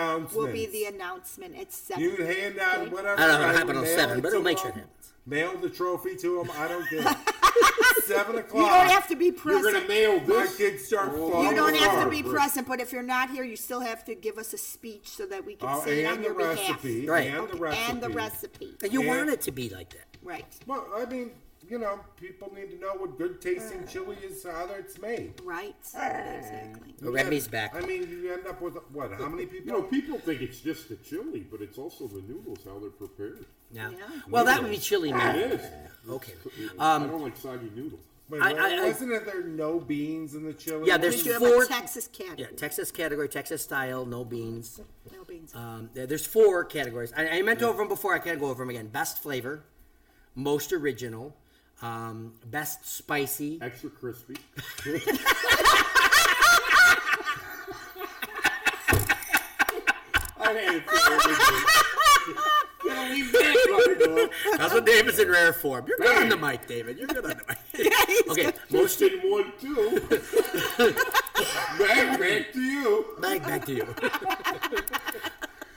announcements.
the announcement at seven.
You can hand out
okay?
whatever.
I don't know what happened on
mail
seven, but
to
it'll make sure it
them.
happens.
Mail the trophy to them. I don't care. seven o'clock.
You don't have to be
You're
present.
gonna mail
My
this.
kids start
You
falling
You don't have to
apart.
be
Right.
present, but if you're not here, you still have to give us a speech so that we can
Uh,
Oh,
say it on
and
your
the
behalf.
recipe,
Right.
and the
Okay, And the
recipe.
recipe,
And you
Yeah.
want it to be like that.
right,
Well, I mean, you know, people need to know what good tasting chili is, how it's made.
right, exactly.
Remy's back.
I mean, you end up with what? How many people?
You know, people think it's just the chili, but it's also the noodles how they're prepared.
Now,
Yeah.
well, that would be chili.
It
Man.
is.
Okay. um,
I don't like soggy noodles.
Wait,
I-
wa-
I- I-
wasn't it there no beans in the chili?
Yeah,
We
there's
do have
four-
a Texas cat.
Yeah, Texas category, Texas style, no beans.
No beans.
Um, there- there's four categories. I, I meant to over them before. I can't go over them again. Best flavor, most original, um, best spicy, *laughs*
Extra crispy. I didn't
That's what David's in rare form. You're good on the mic, David. You're good on the mic. okay, most
Most in one
*laughs*
too. back, back to you.
back back *laughs* to you.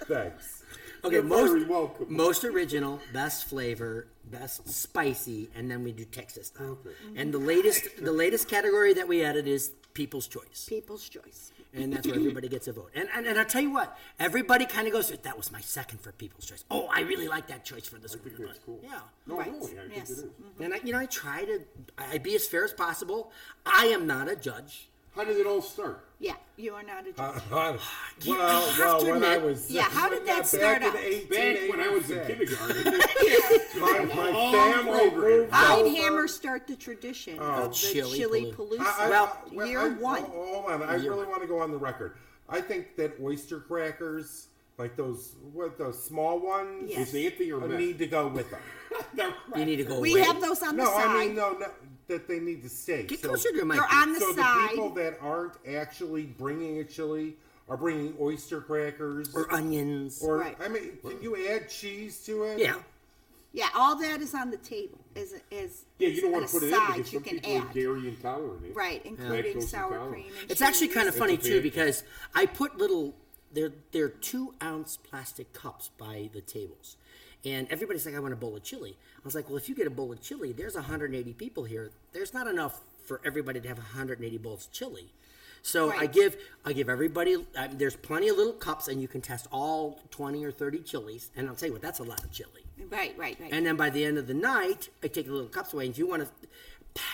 Thanks.
Okay,
You're
most
very welcome.
most original, best flavor, best spicy, and then we do Texas style. And the latest the latest category that we added is people's choice,
*laughs* People's choice.
and that's where everybody gets a vote. And and, and I tell you what, everybody kind of goes, "That was my second for people's choice." Oh, I really like that choice for this one.
think that's cool.
Yeah. Mm-hmm.
No,
Right,
really, I think
yes.
it is.
And I, you know, I try to I I be as fair as possible. I am not a judge.
How did it all start?
Yeah, you are not a
*laughs* Uh,
judge.
well,
you
well,
have
well,
to
when I
admit-
was
Yeah, how did that
back
start
in
up?
Back when I was in
1886,
kindergarten, *laughs*
My, my
Long
family
program.
moved
I
over-
and Hammer start the tradition of the
Chili
chili
Palooza.
I- I-
palooza,
well, I-
year one.
oh, Hold on, I really want to go on the record. I think that oyster crackers, like those, what those small ones,
Yes.
is Anthony or Matt?
need to go with them.
You need to go.
We
away.
have those on the
No, I mean
side.
no, no, that they need to stay.
Get
So-
closer to your mic.
They're on the
So the
side.
people that aren't actually bringing a chili are bringing oyster crackers,
or onions.
or
Right.
I mean, can you add cheese to it?
yeah.
Yeah, all that is on the table. Is is
Yeah, you don't
an
want to put it in
aside
because
you
some
can
people are
add.
dairy intolerant.
Right, including
Lactose
sour
intolerant.
cream. And
It's actually kind of funny
It's a
too
big-
because I put little they're they're two ounce plastic cups by the tables, and everybody's like, "I want a bowl of chili." I was like, "Well, if you get a bowl of chili, there's 180 people here. There's not enough for everybody to have 180 bowls of chili." So I
Right.
give I give everybody. I there's plenty of little cups, and you can test all 20 or 30 chilies. And I'll tell you what, that's a lot of chili.
of right, right, right.
And then by the end of the night, I take the little cups away. And you want to,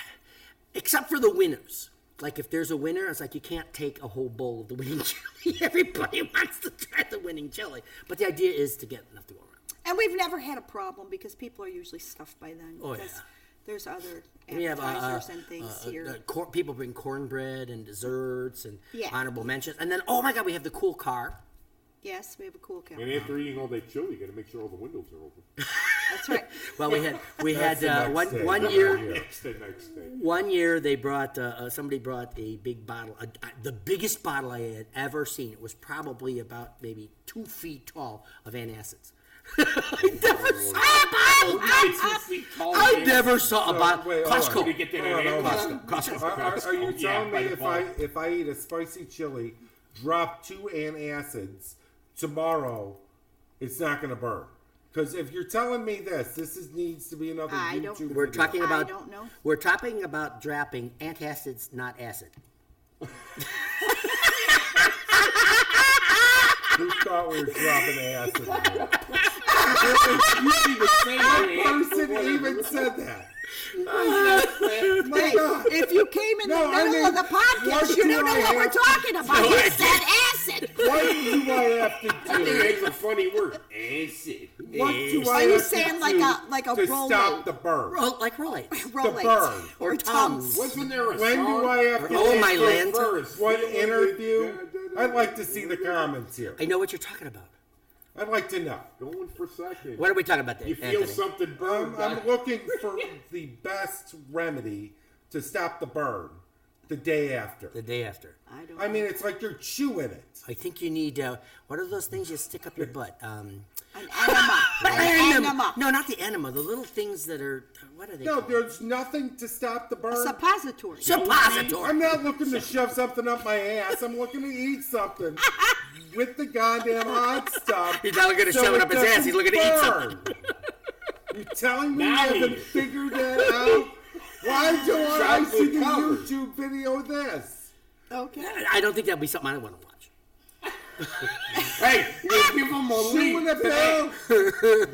*sighs* except for the winners. Like if there's a winner, it's like you can't take a whole bowl of the winning *laughs* chili. Everybody wants to try the winning chili. But the idea is to get enough to go around.
And we've never had a problem because people are usually stuffed by then.
Oh,
because
yeah.
There's other
We have uh, uh,
appetizers and things
uh,
here.
uh, cor- people bring cornbread and desserts and
Yeah.
honorable mentions. And then oh my god, we have the cool car.
yes, we have a cool cow.
And after eating all that chili, you got to make sure all the windows are open.
That's right.
Well, we had we had
the
uh,
next
one
day.
one year.
Next the next day.
One year they brought uh, uh, somebody brought a big bottle, a, a- the biggest bottle I had ever seen. It was probably about maybe two feet tall of antacids. *laughs* I never saw a
Oh,
bottle. I, I never saw a bottle.
wait, hold on.
Costco.
You get
that
Hold on, hold on.
Costco. Costco.
Are, are- are you
Yeah,
telling
by
me
the
if
ball.
I if I eat a spicy chili, drop two antacids tomorrow, it's not going to burn? Because if you're telling me this, this is needs to be another
I don't-
YouTube. Video.
We're talking
I
about.
don't know.
We're talking about dropping antacids, not acid. *laughs*
*laughs* Who thought we were dropping acid?
*laughs*
person even said
*laughs*
that. My
Hey,
God.
if you came in
No,
the
I
middle
mean,
of the podcast,
what
you
do
don't know
I
what we're
have-
talking about.
No,
you
I
said acid.
What do I have to do?
It's a funny word. Acid.
What do
Are
I
you
have to
saying like
do
a- like a
to
roll
stop
out?
the burn?
Roll, like rolling.
The
Rolex.
burn.
Or tongues.
Wasn't there a
When
song?
do I have to
Oh,
do
my
this
land.
first? What interview? I'd like to see the comments here.
I know what you're talking about.
I'd like to know.
Going for second.
What are we talking about there,
You feel
Anthony?
something burn.
Um, I'm
*laughs*
looking for the best remedy to stop the burn the day after.
the day after.
I don't.
I mean, it's like you're chewing it.
I think you need, uh, what are those things you stick up your butt? Um,
an enema.
*laughs*
an enema.
No, not the enema. The little things that are, uh, what are they?
No,
called?
there's nothing to stop the burn.
Suppository.
Suppository.
I'm not looking to shove something up my ass. I'm looking to eat
*laughs*
something with the goddamn hot stuff.
He's not looking to shove it up his ass. He's looking to eat something.
You're telling me you
Now he
haven't
is.
figured that out? Why don't I
Chocolate
see the
covered.
YouTube video of this?
okay.
I don't think that'd be something I want to watch.
hey, you wanna give him a
Shoe in
lead
the
today.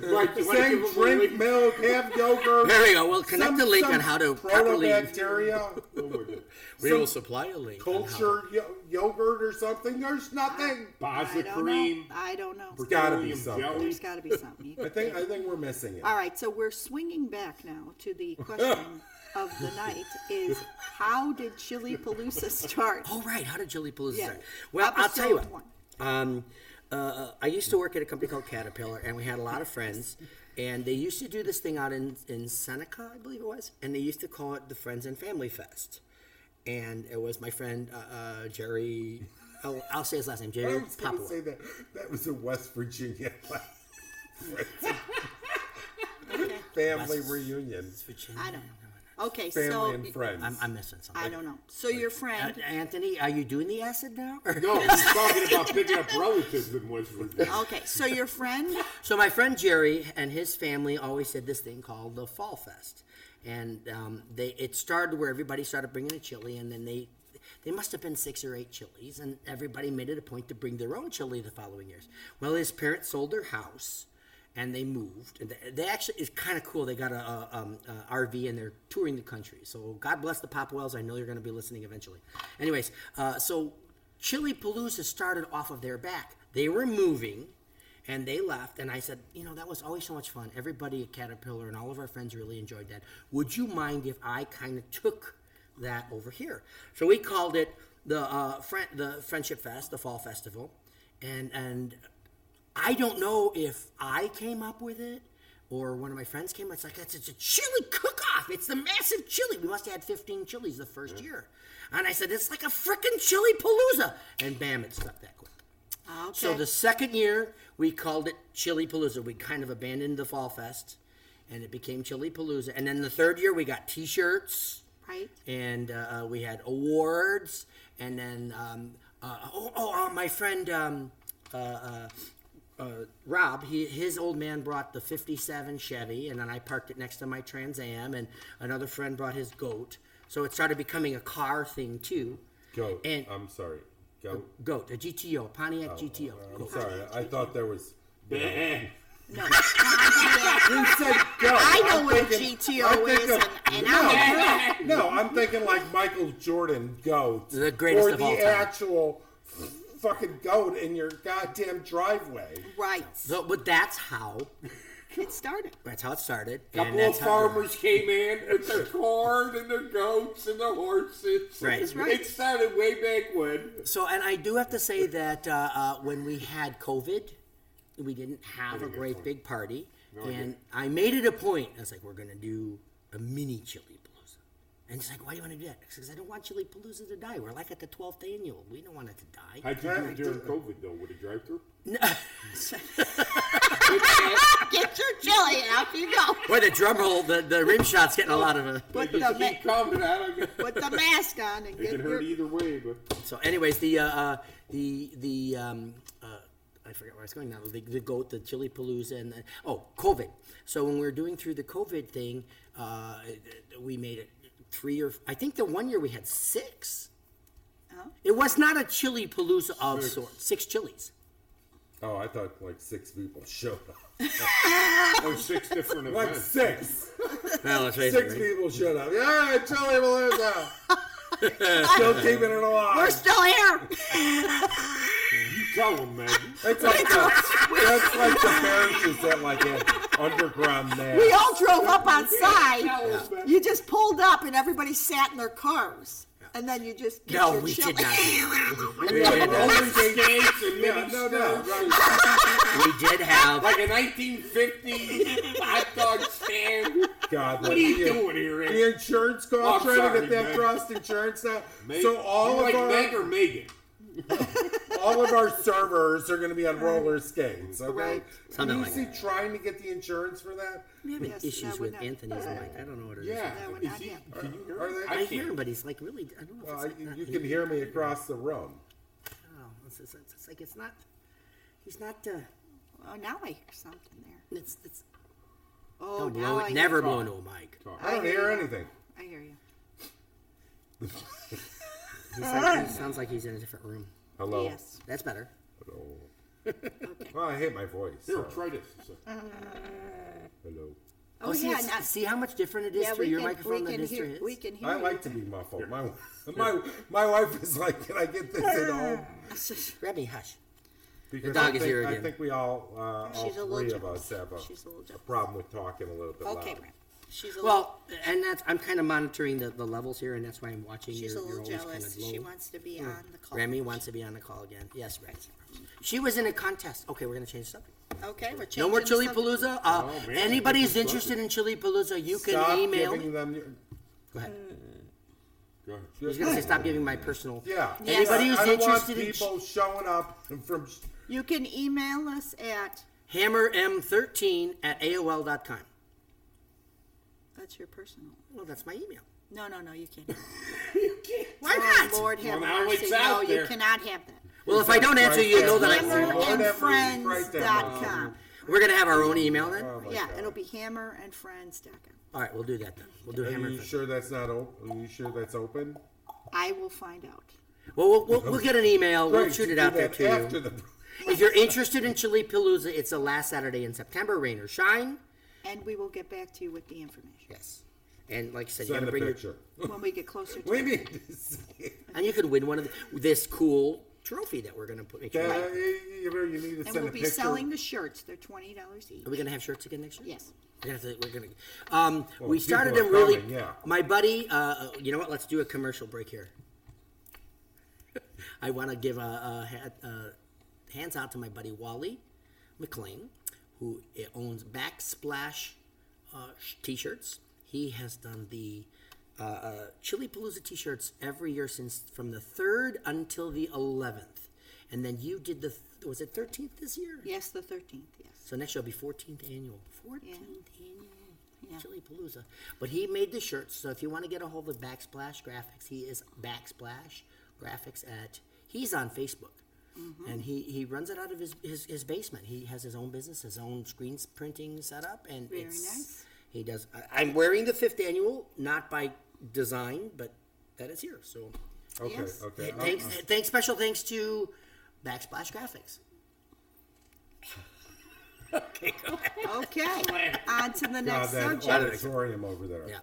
bell,
Right, you wanna
saying
give him a
drink
lead?
milk, have yogurt.
There we go. We'll connect
some-
the link
some
on how to properly. *laughs*
Protobacteria,
Oh my God.
We will supply a link. on how-
culture yo- yogurt or something. There's nothing.
I
Basa
don't know.
cream.
I don't know.
It's
gotta be something.
There's got to be something. you
I
can
think
do.
I think we're missing it.
All right, so we're swinging back now to the question of the night: is how did Chili Palooza start?
Oh, right. How did Jilly Palooza
Yeah.
start? Well, I'll tell you
Episode
what. Um, uh, I used to work at a company called Caterpillar, and we had a lot of friends. And they used to do this thing out in, in Seneca, I believe it was. And they used to call it the Friends and Family Fest. And it was my friend uh, uh, Jerry, oh, I'll say his last name,
I
Jerry
was going to say
Poplar.
that that was in West Virginia. *laughs* Family reunion,
I don't know. Okay,
family
so
and friends.
I'm, I'm missing something.
I don't know. So your friend.
Uh, Anthony, are you doing the acid now? Or-
No, he's talking about picking up relatives in West Virginia.
Okay, so your friend.
So my friend Jerry and his family always did this thing called the Fall Fest, and um, they it started where everybody started bringing a chili, and then they they must have been six or eight chilies, and everybody made it a point to bring their own chili the following years. Well, his parents sold their house, and they moved. And they, they actually it's kind of cool. They got a, a, um, a RV and they're touring the country. So God bless the Popwells. I know you're going to be listening eventually. Anyways, uh, so Chili Palooza started off of their back. They were moving and they left and i said you know that was always so much fun everybody at caterpillar and all of our friends really enjoyed that would you mind if i kind of took that over here so we called it the uh, Fren- the friendship fest the fall festival and and i don't know if i came up with it or one of my friends came up it's like it's, it's a chili cook-off it's the massive chili we must have had 15 chilies the first year and i said it's like a frickin' chili palooza and bam it stuck that quick
Okay.
so the second year, we called it Chili Palooza. We kind of abandoned the Fall Fest, and it became Chili Palooza. And then the third year, we got T-shirts,
Right.
and uh, we had awards. And then, um, uh, oh, oh, oh, my friend um, uh, uh, uh, Rob, he, his old man brought the '57 Chevy, and then I parked it next to my Trans Am, and another friend brought his goat. So it started becoming a car thing too.
Go.
And-
uh,
I'm sorry. Go.
Goat, a GTO, a Pontiac GTO.
I'm
Goat.
sorry. I thought there was.
Eh,
No. I
You said go. I
know what a GTO is, and, and I'm.
no, no, no, I'm thinking like Michael Jordan goat.
The greatest
or
of
the
all time.
actual f- fucking goat in your goddamn driveway.
Right.
So, but that's how
It started.
that's how it started.
A couple of
that's how it went.
farmers came in and *laughs* the corn and the goats and the horses.
Right.
It,
That's
right.
started way back when.
So, and I do have to say that uh, uh, when we had COVID, we didn't have a great big party, and I made it a point. I was like, we're gonna do a mini chili palooza, and it's like, why do you want to do that? Because I don't want chili palooza to die. We're like at the twelfth annual. We don't want it to die.
How'd you do it during COVID though? With a drive-through?
Get your chili and out you go.
Boy, the drum roll, the, the rim shot's getting a lot of. Uh,
Put the,
You just keep
ma-
coming. I don't get-
put the mask on and
It
get
can hurt
your
either way, but
*laughs*
So, anyways, the uh, uh, the the um, uh, I forget where I was going now. The, the goat, the chili palooza, and the, oh, COVID. So when we were doing through the COVID thing, uh, we made it three or I think the one year we had
Oh.
six. It was not a chili palooza of sorts. Six chilies.
Oh, I thought like six people showed up.
Oh, six different
Like
events.
six.
Well, let's face
Six
it. Oh, right?
people showed up. Yeah, Chili
*laughs*
Melissa. Still keeping it
We're
alive.
still here.
You tell them, Maggie.
That's like, the, that's like the
*laughs*
parishes that like have underground mass.
We all drove up on side.
Tell 'em,
You just pulled up and everybody sat in their cars. And then you just. did
No,
your
we
chili.
did not. We
Yeah,
did
all
not.
these days- yeah,
mini
no, no, right.
We did have.
*laughs*
Like a 1950 hot dog stand.
God,
What are
like,
you
the-
doing here, Ed?
The insurance call,
Oh, I'm
trying
sorry,
to get that
Meg.
crossed insurance now.
Meg-
So all
you
of
like
our
Meg or Megan?
all of our servers are going to be on roller skates. Okay,
Right.
Something
you
like
see
that.
trying to get the insurance for that.
*laughs* Maybe I
With
said I
issues
would
with
not-
Anthony's mic. I don't know what it is.
Yeah.
No, we're
Is
not
he,
him.
can you hear
Are
him?
they-
I
I
can't.
hear him, but he's like really. I don't know if it's
Well,
like
I-
not
you can hear me across the room.
Oh, it's, it's, it's, it's like it's not. He's not. Uh,
Oh, now I hear something there.
it's it's.
Oh,
Don't
now
blow
I
it.
hear-
Never blow into a mic.
I don't hear anything.
I hear you.
He's like,
*laughs*
he sounds like he's in a different room.
Hello.
Yes.
That's better.
Hello. Well, I hate my voice.
Here,
so-
try this. So-
Hello.
Oh,
see,
yeah,
it's-
now-
see how much different it is
yeah,
for
we
your
can-
microphone
we
than
can
it is for
hear-
his.
We can hear.
I
you.
like to be muffled.
*laughs*
My my my wife is like, can I get this at home?
Grab me, hush.
Because
dog
I
is
think,
here
I
again.
think we all, uh, all
She's a little
three of
jealous.
us have a,
She's a little jealous.
problem with talking a little bit
Okay,
loud.
Brent. She's a little,
Well, and that's I'm kind of monitoring the, the levels here, and that's why I'm watching.
she's
you're,
a little
you're always
jealous.
Kind of
She
low.
wants to be on the call.
Remy wants to be on the call again. Yes, right. She was in a contest. Okay, we're gonna change the subject.
Okay, we're changing.
No more
the
Chili
subject.
Palooza. Uh,
Oh, man,
anybody who's
different
interested in Chili Palooza, you can
Stop
email me.
giving them your,
Go ahead.
Go ahead.
I was gonna say stop giving my personal.
yeah.
Yes.
Anybody
I
who's
don't want
interested in
people showing up and from
You can email us at,
hammerm13 at aol.com.
that's your personal.
Well, that's my email.
No, no, no,
*laughs*
you can't.
You can't.
Why
Oh,
not?
Lord have
Well, now
mercy.
it's
No,
out
you
there.
cannot have that.
Well, if I don't answer, you know that I.
Hammer-
Um,
Hammerandfriends.com.
We're gonna have our own email then.
Oh.
Yeah, it'll be hammerandfriends.com.
All right, we'll do that then. We'll do
Are
hammer.
you sure that's not open? Are you sure that's open?
I will find out.
Well, we'll, we'll, we'll get an email. We'll
Right,
shoot
you
it
do
out there
that
to
after
you.
the *laughs*
If you're interested in Chili Palooza, it's the last Saturday in September, rain or shine.
And we will get back to you with the information
Yes. And like I said, you
send
gotta
a
bring your
picture.
when we get closer to
We
it.
need to see it.
and you could win one of the, this cool trophy that we're gonna put. Make sure.
Yeah, you know, you need to
And
send
we'll
a
be
picture.
selling the shirts. They're twenty dollars each.
Are we gonna have shirts again next year?
Yes.
We're gonna. We're gonna um, we
Oh, people
started
are
them really.
coming, yeah.
My buddy. Uh, you know what? Let's do a commercial break here. *laughs* I want to give a, a, ha- a hands out to my buddy Wally McLean, who i- owns Backsplash uh, sh- T-shirts. He has done the uh, uh, Chili Palooza T-shirts every year since from the third until the eleventh, and then you did the th- was it thirteenth this year?
Yes, the thirteenth, yes.
So next year will be 14th annual. 14th
Yeah.
annual Chili Palooza. But he made the shirts. So if you want to get a hold of Backsplash Graphics, he is Backsplash Graphics at, he's on Facebook.
Mm-hmm.
And he, he runs it out of his, his, his basement. He has his own business, his own screen printing setup. And
Very
it's,
nice.
He does. I, I'm wearing the fifth annual, not by design, but that is here. So
Okay,
Yes.
okay. I'll-
thanks, thanks, special thanks to Backsplash Graphics.
Okay, on to the
God,
next
that
subject.
auditorium over there.
Yeah.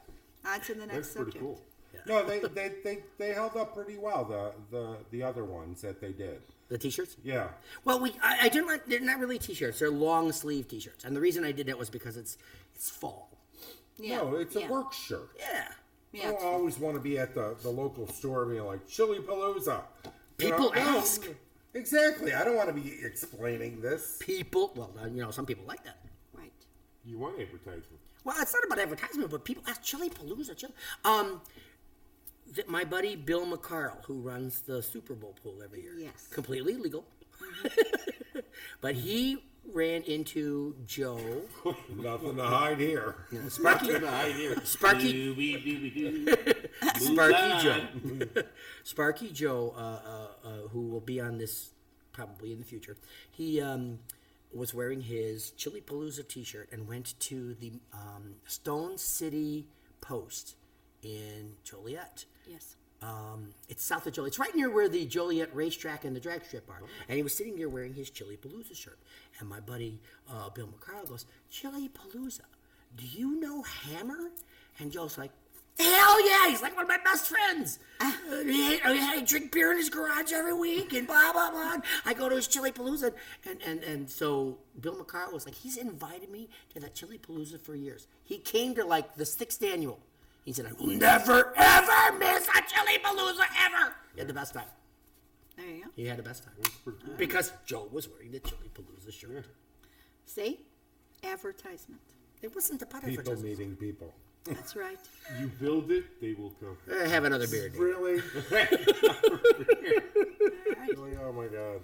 On to the
That's
next
pretty
subject.
cool.
No, they, they, they, they held up pretty well the, the the other ones that they did.
The t shirts?
Yeah.
Well, we I, I didn't like they're not really t-shirts. They're long sleeve t-shirts, and the reason I did that was because it's it's fall.
Yeah,
no, it's
yeah,
a work shirt.
Yeah,
yeah.
I don't always want to be at the, the local store being like Chili Palooza.
People ask.
Exactly. I don't want to be explaining this.
people. Well, uh, you know, some people like that.
Right.
You want advertisement.
Well, it's not about advertisement, but people ask Chili Palooza. Chili. Um, th- my buddy Bill McCarl, who runs the Super Bowl pool every year,
Yes.
completely legal, *laughs* but he ran into Joe.
Nothing to hide here.
Sparky, Sparky,
*laughs*
Sparky Joe, *laughs* Sparky Joe, uh, uh, uh, who will be on this probably in the future. He um, was wearing his Chili Palooza T-shirt and went to the um, Stone City Post in Joliet
Yes.
Um, it's south of Joliet. It's right near where the Joliet racetrack and the drag strip are. And he was sitting there wearing his Chili Palooza shirt. And my buddy uh, Bill McCarroll goes, Chili Palooza, do you know Hammer? And Joe's like, Hell yeah! He's like one of my best friends. Uh, he- I, I drink beer in his garage every week, and blah blah blah. I go to his Chili Palooza, and and and so Bill McCarroll was like, he's invited me to that Chili Palooza for years. He came to like the sixth annual. He said, I will never ever miss a Chili Palooza ever. He had the best time.
There you go.
He had the best time because Joe was wearing the Chili Palooza shirt.
See? Advertisement.
It wasn't the butter for
People
just.
meeting people.
That's right.
You build it, they will come.
Uh, have another beer. Dave.
Really? *laughs* Really? Oh my god.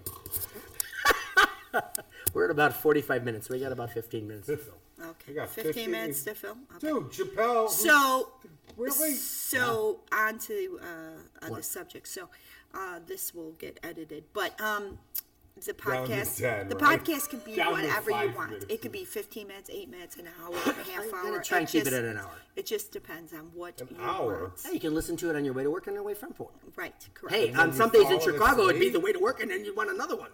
We're at about 45 minutes. We got about 15 minutes to go.
Okay.
We got
15,
15
minutes to film. Okay.
Dude, Chappelle.
So,
Really?
so on to uh, uh, the
What?
subject. So, uh, this will get edited, but um, the
Down to
podcast,
10,
the
right?
podcast can be
Down to
whatever you
five
want.
minutes.
It could be fifteen minutes, eight minutes, an hour, a half
I'm
hour.
gonna try and keep it
just-
at an hour.
It just depends on what
An
you
hour?
want.
Hey, you can listen to it on your way to work and on your way from work.
Right. Correct.
Hey, uh, on
you
some days
fall
in
asleep.
Chicago, it'd be the way to work, and then you'd want another one.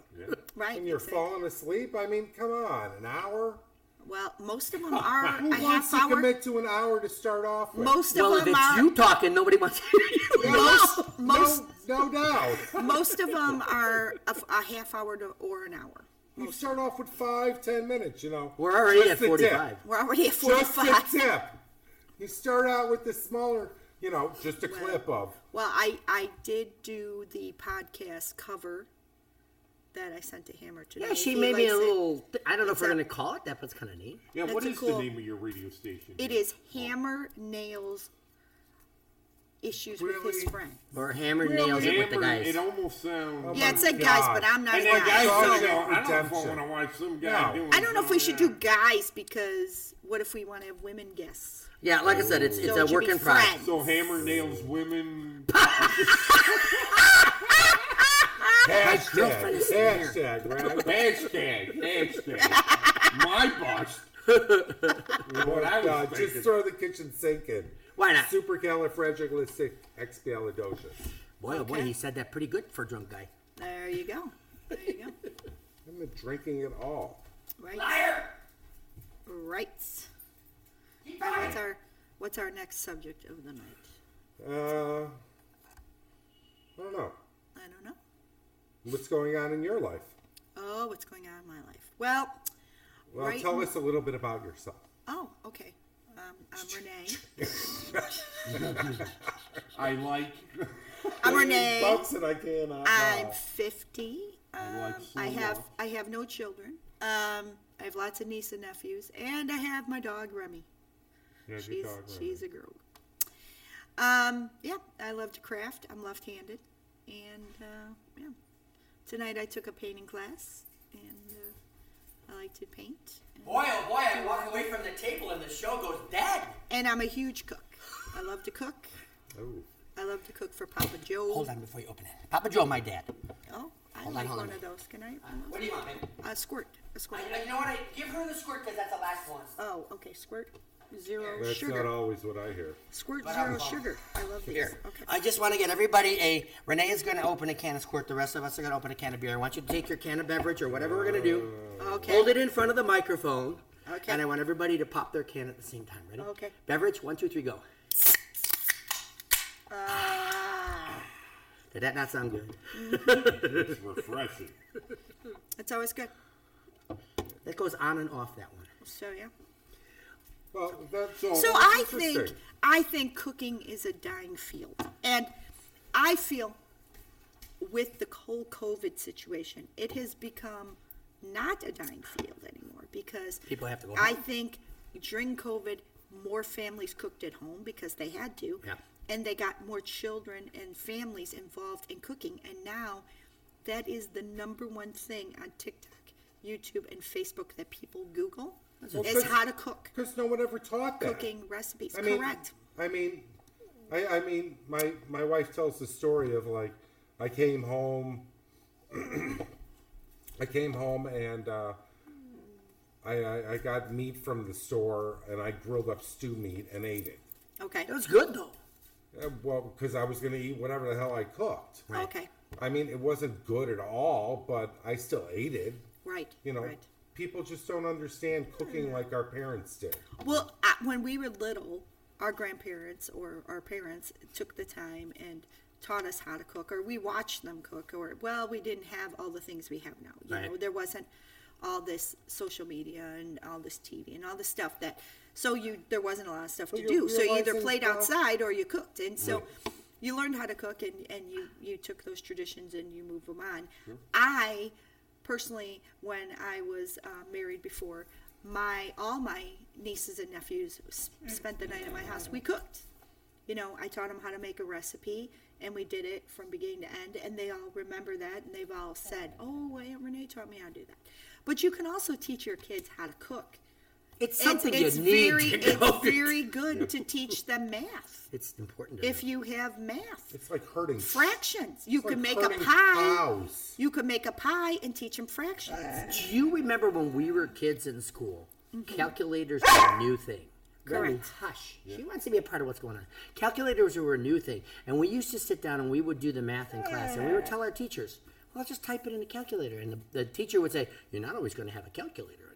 right.
and you're
exactly.
falling asleep? I mean, come on, an hour?
Well, most
*laughs*
of them are
Who
a
wants
half
to
hour.
commit to an hour to start off with?
Most
well,
of
if
them
it's
are. *laughs*
you talking, nobody wants to hear you.
most, most
no, no doubt.
*laughs* most of them are a, a half hour to, or an hour.
You start off with five, ten minutes, you know.
*laughs* We're already
Just
at
the tip.
45.
We're already at
Just the
45.
tip. You start out with the smaller, you know, just a clip
*laughs*
of.
Well, I, I did do the podcast cover that I sent to Hammer today.
Yeah, she
He
made me a
likes it.
little. I don't know if we're
a-
going to call it that, but it's kind of neat.
Yeah,
That's
what
a
is
cool-
the name of your radio station?
It is Hammer Nails Issues with His
Really?
Friend.
Or Hammer nails it with the
Hammer,
guys.
It almost sounds.
yeah,
Oh my
it said guys,
God.
but I'm not a
And that
guy.
guy
Shawshank
said, "No, I don't
Redemption."
want to watch some guy
No.
doing
I don't know if we should do
something
guys because what if we want to have women guests?
yeah, like I said, it's it's
So it
a
should
work
be
in progress.
friends.
So hammer nails
*laughs*
women.
Hashtag,
girlfriend is here.
hashtag, right?
*laughs* hashtag. Hashtag. My boss.
Lord,
I was
God, Uh, just
thinking.
throw the kitchen sink in.
Why not?
Supercalifragilisticexpialidocious.
Boy, oh boy,
Okay.
he said that pretty good for a drunk guy.
There you go. There you go.
I'm not drinking it all.
Right.
Liar!
Right. What's our What's our next subject of the night?
Uh, I don't know.
I don't know.
What's going on in your life?
Oh, what's going on in my life? Well,
Well,
Right
tell
n-
us a little bit about yourself.
oh, okay. Um, I'm Renee.
I like.
I'm Renee.
Bucks and I uh, cannot.
I'm
now.
50. Um,
like
I
so
have
much.
I have no children. Um, I have lots of nieces and nephews, and I have my dog Remy.
There's your
She's
dog, Remy.
she's a girl. Um, yeah, I love to craft. I'm left-handed, and uh, yeah. Tonight I took a painting class, and uh, I like to paint.
Boy, oh boy, I walk away from the table and the show goes dead.
And I'm a huge cook. I love to cook.
Oh.
I love to cook for Papa Joe.
Hold on before you open it. Papa Joe, my dad.
Oh, I
Hold on,
like
hold on
one
a
of those. Can I?
What do you want, babe?
A squirt. A squirt.
I- I- you know what? I, give her the squirt because that's the last one.
Oh, okay. Squirt. Zero
That's not
sugar.
always what I hear.
Squirt
But
zero
I'm-
sugar. I love these.
Here.
Okay.
I just want to get everybody a. Renee is going to open a can of squirt. The rest of us are going to open a can of beer. I want you to take your can of beverage or whatever we're going to do.
Okay.
Hold it in front of the microphone.
Okay.
And I want everybody to pop their can at the same time. Ready?
Okay.
Beverage, one, two, three, go.
Oh.
Ah,
Did that not sound good?
It's refreshing.
that's always good.
That goes on and off that one.
So yeah.
Well, that's all.
So
that's
I think
interesting.
I think cooking is a dying field, and I feel with the whole COVID situation, it has become not a dying field anymore because
People have to go
I
home.
think during COVID, more families cooked at home because they had to,
Yeah.
and they got more children and families involved in cooking, and now that is the number one thing on TikTok, YouTube, and Facebook that people Google is
good.
how to cook
Because no one ever taught that.
cooking recipes.
I mean,
Correct.
I mean, I, I mean, my my wife tells the story of like, I came home, *clears throat* I came home and uh, I, I I got meat from the store and I grilled up stew meat and ate it.
Okay.
It was good though.
Uh, well, because I was going to eat whatever the hell I cooked.
Right.
Okay.
I mean, it wasn't good at all, but I still ate it.
Right.
You know,
Right.
people just don't understand cooking like our parents did.
Well, I, when we were little, our grandparents or our parents took the time and taught us how to cook, or we watched them cook, or well, we didn't have all the things we have now. You know,
Right.
there wasn't all this social media and all this TV and all this stuff that. So you there wasn't a lot of stuff
Well,
to
you're
do. So you either
realizing
played
how-
outside or you cooked, and so. You learned how to cook and, and you, you took those traditions and you move them on. I personally when i was uh, married before my all my nieces and nephews s- spent the night at my house we cooked you know i taught them how to make a recipe and we did it from beginning to end and they all remember that and they've all said oh aunt renee taught me how to do that but you can also teach your kids how to cook
It's
It's-
something
it's
you need
very,
to *laughs* know.
it's very good to teach them math
It's important to
if you have math
It's like hurting
fractions you
it's
can
like
make a
herding
pie
cows.
you can make a pie and teach them fractions
Do you remember when we were kids in school? Calculators were a new thing. Girl,
Correct.
Hush. She wants to be a part of what's going on. Calculators were a new thing, and we used to sit down and we would do the math in class, and we would tell our teachers, "Well, let's just type it in the calculator," and the, the teacher would say, "You're not always going to have a calculator on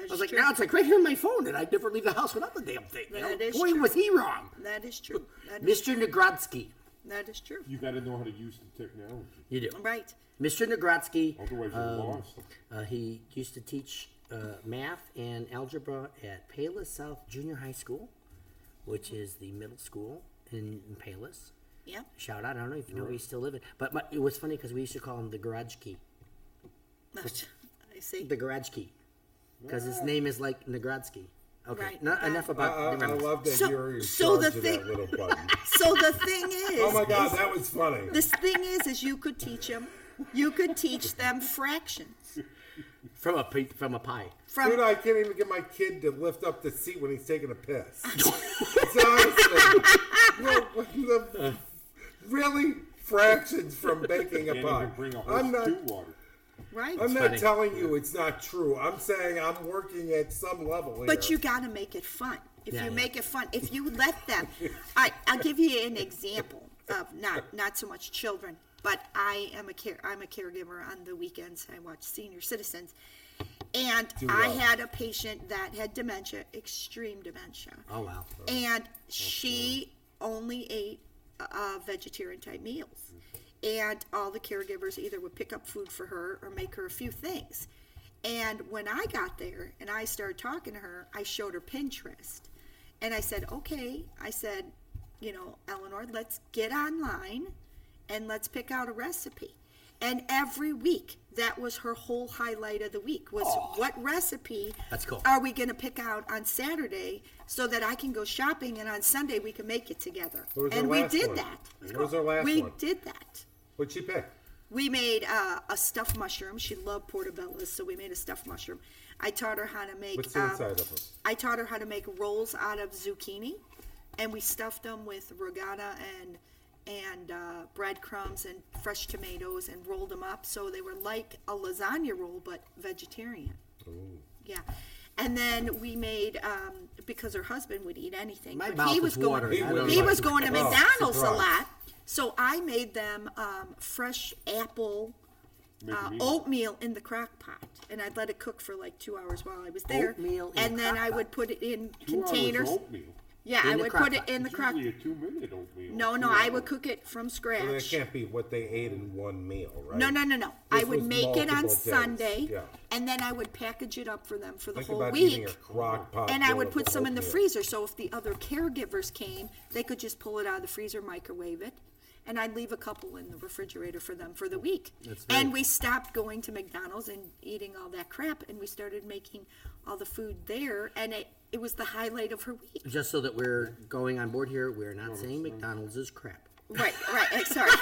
your." I was like, now it's like right here on my phone, and I'd never leave the house without the damn thing. you know?
That is
Boy,
true.
was he wrong,
that is true that is,
Mr. Nagrodsky.
that is true
You got to know how to use the technology.
You do,
Right.
Mr. Nagrodsky.
Otherwise, you're lost.
Uh, he used to teach uh, math and algebra at Payless South Junior High School, which is the middle school in, in Payless.
Yep.
Shout out! I don't know if you know where you still live in, but my, it was funny because we used to call him the Garage Key,
I
*laughs*
see.
the Garage Key, because his name is like Nagrodsky. Okay,
Right.
not enough
I,
about.
Uh, I, I
remember.
love that
So-
you're in
so
charge
the
of
thing-
that
*laughs*
little button.
So the thing is,
oh my *laughs* god, that was funny.
this thing is, is you could teach them, you could teach them fractions
from a pi- from a pie.
from
Dude, I can't even get my kid to lift up the seat when he's taking a piss.
*laughs*
it's honestly, well, what the- really fractions from baking a
Can't
pie.
even bring a horse
I'm not.
to water.
right.
I'm not
funny.
telling you it's not true. I'm saying I'm working at some level here.
But you got to make it fun. If
Yeah,
you
yeah.
make it fun, if you let
*laughs*
them, I, I'll give you an example of not not so much children, but I am a care I'm a caregiver on the weekends. I watch senior citizens, and I
well.
had a patient that had dementia, extreme dementia.
Oh wow!
and she only ate uh, vegetarian type meals
Mm-hmm.
and all the caregivers either would pick up food for her or make her a few things and when i got there and i started talking to her i showed her pinterest and i said okay i said you know eleanor let's get online and let's pick out a recipe and every week that was her whole highlight of the week was what recipe
That's cool.
are we going to pick out on Saturday so that I can go shopping and on Sunday we can make it together?
What was our
and we
last
did
one?
that.
What was our last
we
one?
did that.
What'd you pick?
We made uh, a stuffed mushroom. She loved portobello's, so we made a stuffed mushroom. I taught her how to make.
What's the
um,
inside of them?
I taught her how to make rolls out of zucchini, and we stuffed them with regatta and and uh, breadcrumbs and fresh tomatoes and rolled them up so they were like a lasagna roll but vegetarian. Yeah. And then we made um, because her husband would eat anything.
My
but
mouth
he
is
was going
watering.
I don't
he
like
was
it.
going to
Oh,
McDonald's a
surprise.
lot. So I made them um, fresh apple
Make
uh,
it easy.
oatmeal in the crock pot, and I'd let it cook for like two hours while I was there.
Oatmeal in
and
the
then
crock
I
pot.
would put it in
Two hours
containers.
oatmeal.
Yeah,
In
I
the
would
crock
put it
pot.
in the
It's
crock.
usually a two-minute oatmeal.
No, no,
Two
I would
hours.
cook it from
I mean, it
scratch.
can't be what they ate in one meal, right?
No, no, no, no. I
This
would
was
make it on
multiple days.
Sunday,
Yeah.
and then I would package it up for them for the
Think
whole
about eating
week.
a crock pot.
and I
full
would
of
put some in the
oatmeal.
freezer, so if the other caregivers came, they could just pull it out of the freezer, microwave it, and I'd leave a couple in the refrigerator for them for the week.
very
And we stopped going to McDonald's and eating all that crap, and we started making all the food there, and it, it was the highlight of
*laughs*
her week.
Just so that we're going on board here, we're not saying McDonald's is crap.
Right, right, eh, sorry.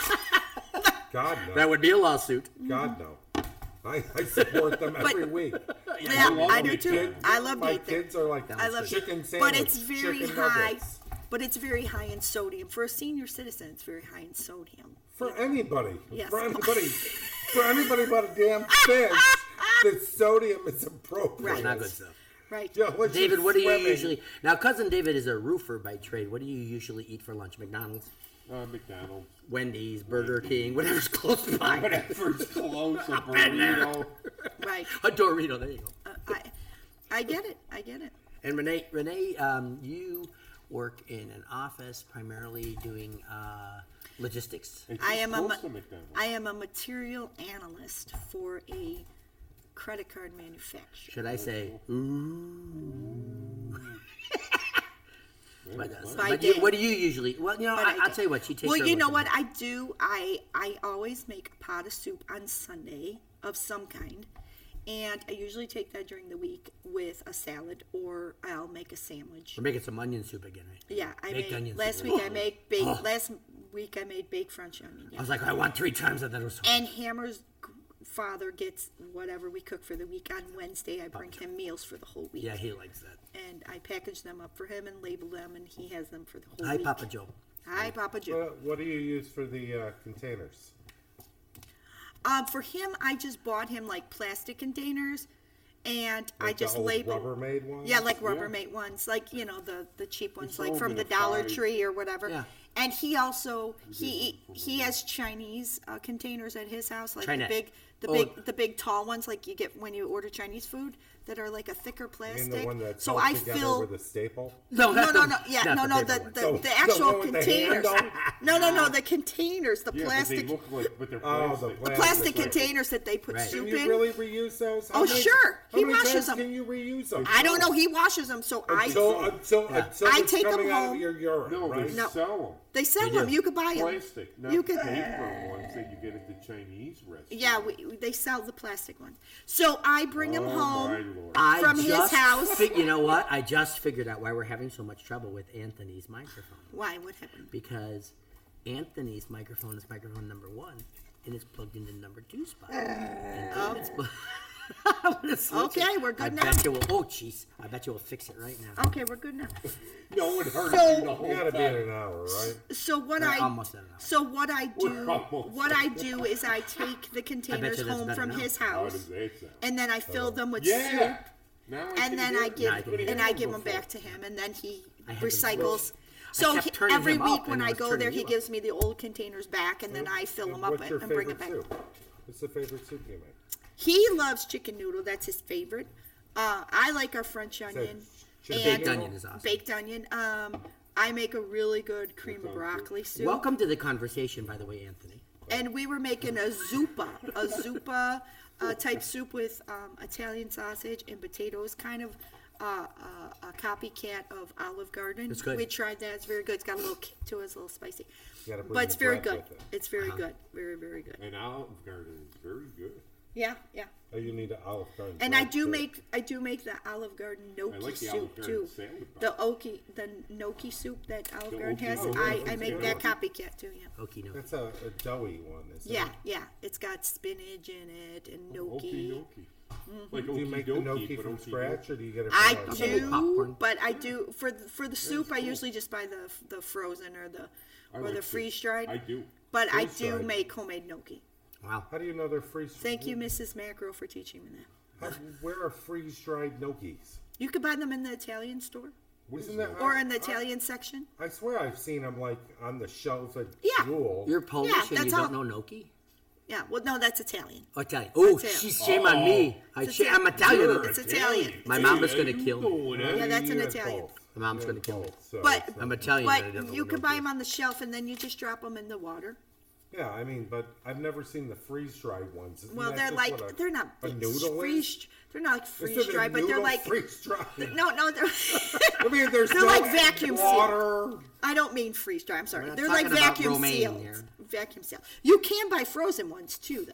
*laughs* God no.
That would be a lawsuit.
God no. I, I support
*laughs*
them every week.
Yeah,
love
I do
it,
too.
kid.
I love
My
to eat there.
kids are like
I love
chicken
it,
sandwich,
but it's very
chicken
high.
nuggets.
But it's very high in sodium for a senior citizen. It's very high in sodium.
for anybody.
Yes.
For
*laughs*
anybody. for anybody but a damn fish, the sodium is appropriate.
Right.
Not good stuff.
Right.
Yeah, what's your
David, what do you
swimming?
usually? Now, cousin David is a roofer by trade. What do you usually eat for lunch? McDonald's,
Uh, McDonald's. *laughs*
Wendy's, Burger King, whatever's *laughs* close by.
Whatever's
*laughs*
close, a burrito.
Right.
A Dorito. There you go.
I, I get it. I get it.
And Renee, Renee, um, you work in an office primarily doing uh, logistics.
It's
I am a,
close
ma-
to McDonald's.
I am a material analyst for a credit card manufacturer.
Should I say? Ooh. but uh,
By
but you-
day.
what do you usually? Well, you know,
But
I,
I
I'll
do.
tell you what. She takes.
Well,
her
you know
lunch
what I do. I I always make a pot of soup on Sunday of some kind, and I usually take that during the week with a salad, or I'll make a sandwich.
We're making some onion soup again, right?
Yeah, I
Baked Oh. onion soup
made last
is
week. I
awesome.
made bake last week. I made baked French onion.
I
Yeah.
was like, I want three times of that or something.
And Hammer's g- father gets whatever we cook for the week on Wednesday. I bring him meals for the whole week,
Yeah, he likes that.
and I package them up for him and label them, and he has them for the whole
Hi,
week.
Papa Joe.
Hi, Papa Joe.
What, what do you use for the uh, containers?
Um, for him, I just bought him like plastic containers, and I
Like the
just
old
label.
Rubbermaid ones.
Yeah, like Rubbermaid ones, like you know the the cheap ones, like
all
from
been
the Dollar
applied.
Tree or whatever.
Yeah.
And he also he he has Chinese uh, containers at his house, like
China.
the big the
Oh.
big the big tall ones, like you get when you order Chinese food that are like a thicker plastic.
And the one that's
so
held
I
together
fill
with a staple.
No,
no,
not
no,
the-
no. Yeah,
not
no,
bigger
no. The
one.
the,
So-
the
the
actual
one with the
containers.
handle?
no,
*laughs*
no, no. The containers, the
yeah,
plastic,
but they look like, but they're
Oh,
plastic.
the plastic.
plastic
Right.
containers that they put
Right.
soup
Can
in.
you really reuse those?
Oh, sure.
How
He
many
washes
times
them.
Can you reuse them?
I don't know. He washes them, so
Until
I
until until
I
it's
take 'em
coming out
home.
of your urine,
No,
right?
they
No.
sell them.
they sell
They
them.
do.
You could buy them.
Plastic, not
You
you
could-
paper ones that you get at the Chinese restaurant.
Yeah, we, we- they sell the plastic ones. So I bring them
Oh, my
home.
Lord.
I
from his
just
house.
fi- you know what? I just figured out why we're having so much trouble with Anthony's microphone
Why? What happened?
because Anthony's microphone is microphone number one, and it's plugged into number two
Uh,
spot. And David's pl- *laughs* I'm gonna switch
oh. Okay,
it.
we're good
I
now.
Bet you will, oh, jeez! I bet you will fix it right now.
Okay, we're good now.
No, it hurts
So-
you the whole
You gotta be
time.
at an hour, right?
So what
We're
I
almost at an hour.
so what I do
We're almost
what I do is
*laughs*
I take the
bet
containers
you that's
home
better
from
now.
his
How
house,
does that sound?
and then I fill them with
yeah.
soup,
Now I can
and then
do
I
it.
give
I can do it.
and I give them back to him, and then he
I had them
recycles.
switched. I
So
kept
he-
turning
every
them up,
week when
and it
I
was
go
turning
there,
you
he
up.
gives me the old containers back, and then I fill them up
What's your
and bring it
favorite
back.
soup? What's the favorite soup you make?
He loves chicken noodle. That's his favorite. Uh, I like our French onion.
chicken
and-
Baked onion is awesome.
Baked onion. Um, I make a really good cream of broccoli soup.
Welcome to the conversation, by the way, Anthony.
And we were making a zuppa, a zuppa uh, type soup with um, Italian sausage and potatoes, kind of uh, uh, a copycat of Olive Garden.
It's good.
We tried that. It's very good. It's got a little kick to it. It's a little spicy.
gotta bring
But it's
the
very
bread
good.
with it.
It's very good. Very, very good.
And Olive Garden is very good.
Yeah, yeah.
Oh, you need an olive garden.
And I
bread
do
too.
make I do make the Olive Garden gnocchi
like the Olive
soup
Garden
too.
salad bar.
The oki the gnocchi soup that Olive
The
Garden
oki-
has,
oh,
I,
yeah,
I make
yeah.
that copycat too. Yeah.
Okie dokie.
That's a, a doughy one, isn't
Yeah,
it?
yeah. It's got spinach in it and
Oh, Okie
gnocchi.
dokie. Mm-hmm. Like
Do you make the gnocchi
but
from
okey-dokey.
scratch, or do you get it? From
I
like,
Double popcorn.
do, but I do for the, for the soup. I usually just buy the the frozen or the
I
or
like
the
soup.
freeze dried.
I do.
But I do
Freeze-dried.
make homemade gnocchi.
Wow.
How do you know they're freeze?
Thank you, Mrs. Macro, for teaching me that.
How, where are freeze dried gnocchis?
You could buy them in the Italian store
Isn't that
or in the Italian section.
I swear I've seen them like on the shelf at
Yeah.
Jewel.
You're Polish
Yeah,
and
that's
you don't
all.
know Noki?
Yeah. Well, no, that's Italian.
Italian. Oh,
That's it.
she's shame on me. I
It's
sh- I'm
Italian.
Italian.
It's Italian.
My mom is
Dude,
gonna
you eh?
kill me.
know that.
Yeah, that's an
You're
Italian.
both.
My mom's
You're
gonna kill me.
both, so
But-
it's not-
I'm Italian. but I don't
But
know
you could buy
Noki.
them on the shelf and then you just drop them in the water.
yeah, I mean, but I've never seen the freeze dried ones. Isn't
Well,
that
they're
just
like
what a-
they're not
a
big
noodle is?
freeze. They're not like
Isn't
freeze
a
dried, but they're
noodle
like
freeze dried.
*laughs* no, no. They're,
*laughs* I mean, there's
*laughs* they're
no
like vacuum sealed.
water.
I don't mean freeze dried. I'm sorry.
not
They're like
talking about
vacuum
romaine
sealed.
here.
Vacuum sealed. You can buy frozen ones too, though.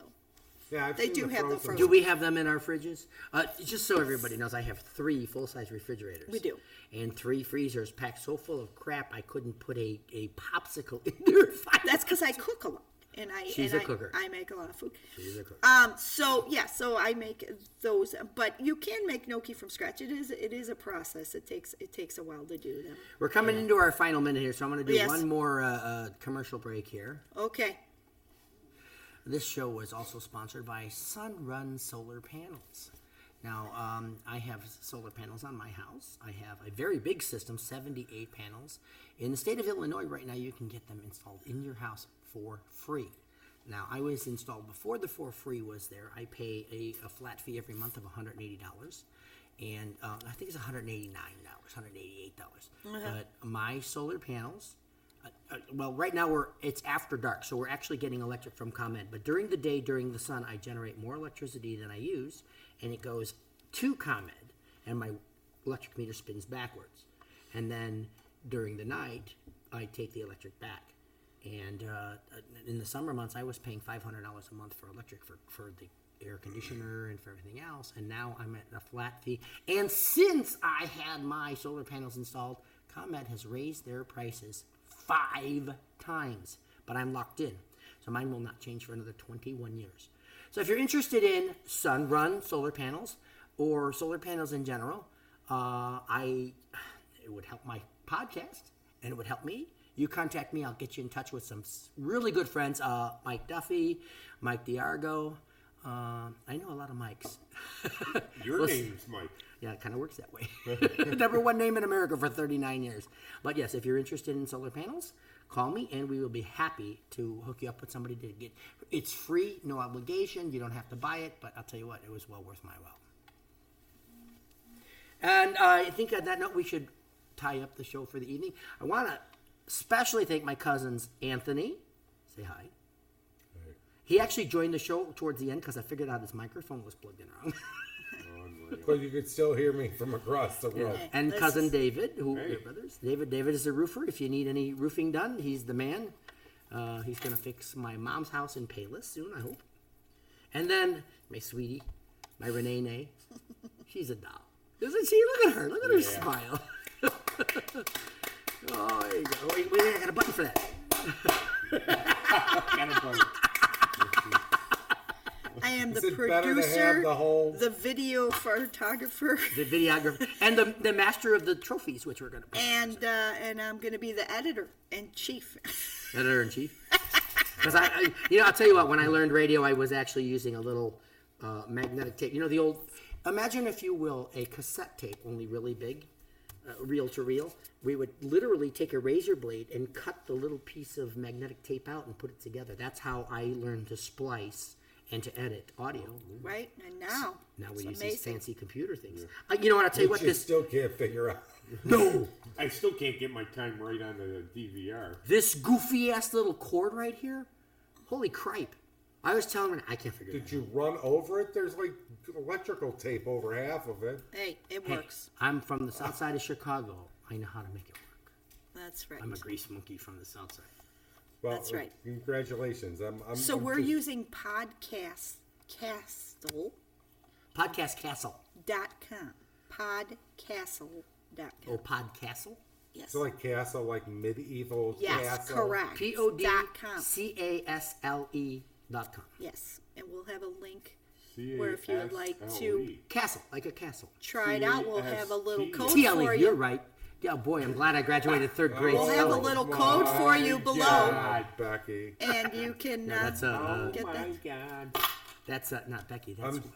Yeah, I've
They
seen the
do have the
frozen
frozen-
Do we have them in our fridges? Uh, just so everybody knows, I have three full-size refrigerators.
We do.
And three freezers packed so full of crap I couldn't put a, a popsicle *laughs* in there. if I-
That's
*laughs*
because I cook a lot, and I
She's
and
a
I-
cooker.
I make a lot of food.
She's a cooker.
Um. So yeah. So I make those, but you can make gnocchi from scratch. It is it is a process. It takes it takes a while to do them.
We're coming into our final minute here, so I'm going to do
Yes.
one more uh, uh, commercial break here.
Okay.
This show was also sponsored by Sunrun Solar Panels. Now, um, I have solar panels on my house. I have a very big system, 78 panels. In the state of Illinois right now, you can get them installed in your house for free. Now, I was installed before the for free was there. I pay a, a flat fee every month of $180. And uh, I think it's $189, $188. But my solar panels, uh, uh, well, right now we're it's after dark, so we're actually getting electric from ComEd. But during the day, during the sun, I generate more electricity than I use, and it goes to ComEd, and my electric meter spins backwards. And then during the night, I take the electric back. And uh, in the summer months, I was paying five hundred dollars a month for electric for, for the air conditioner and for everything else. And now I'm at a flat fee. And since I had my solar panels installed, ComEd has raised their prices five times, but I'm locked in. So mine will not change for another 21 years. So if you're interested in sun run solar panels or solar panels in general, uh, I it would help my podcast and it would help me. You contact me, I'll get you in touch with some s- really good friends, uh, Mike Duffy, Mike Diargo. Um, I know a lot of *laughs* Mikes.
Your
Listen-
name's Mike.
yeah, it kind of works that way. *laughs* Number one name in America for 39 years. But yes, if you're interested in solar panels, call me and we will be happy to hook you up with somebody to get. It's free, no obligation. You don't have to buy it, but I'll tell you what, it was well worth my while. And uh, I think on that note, we should tie up the show for the evening. I want to especially thank my cousins Anthony. Say hi. He actually joined the show towards the end because I figured out his microphone was plugged in wrong.
But you could still hear me from across the room.
and
This
cousin
is-
David, who
Hey.
your brothers. David, David is a roofer. If you need any roofing done, he's the man. Uh, he's gonna fix my mom's house in Payless soon, I hope. And then my sweetie, my
*laughs*
Renee, Nay, she's a doll, isn't she? Look at her. Look at her smile. *laughs* oh, there you go. Wait, wait, I got a button for that.
*laughs*
I am
*laughs*
the
Is it better to have
producer,
the whole?
the video
*laughs*
photographer,
The videographer and the, the master of the trophies, which we're gonna put.
and uh, and I'm going to be the editor in chief.
*laughs*
editor in chief. Because I, I, you know, I'll tell you what. When I learned radio, I was actually using a little uh, magnetic tape. You know, the old. Imagine, if you will, a cassette tape, only really big, uh, reel to reel. We would literally take a razor blade and cut the little piece of magnetic tape out and put it together. That's how I learned to splice and to edit audio.
right? And now,
Now we
it's
use these
amazing.
fancy computer things. Uh, you know what? I'll tell you what.
Which you
This
still can't figure out.
no.
I still can't get my time right on the DVR.
This goofy ass little cord right here. Holy cripe! I was telling her I can't figure. that out.
Did you run over it? There's like electrical tape over half of it.
Hey, it
Hey,
works.
I'm from the south side of Chicago. I know how to make it work.
That's right.
I'm a grease monkey from the south side.
Well,
That's right.
Congratulations. I'm. I'm
So
I'm
we're
just-
using podcastcastle.com.
Podcast Castle.
Podcastle.com.
Oh, Pod Castle?
Yes.
So like castle, like medieval
Yes,
castle.
correct.
P O D
Dot com.
C A S L E dot com.
Yes, and we'll have a link where if you would like to
C-A-S-L-E.
Castle, like a castle.
try it out, we'll have a little
CST.
code
T L
for
E, you're
you.
right. Oh Yeah, boy, I'm glad I graduated third grade.
We'll have a
spelling.
little code for you below,
God, Ah, Becky.
and you can
No, that's,
uh,
uh,
get that.
Oh god.
That's uh, not Becky. That's
I'm-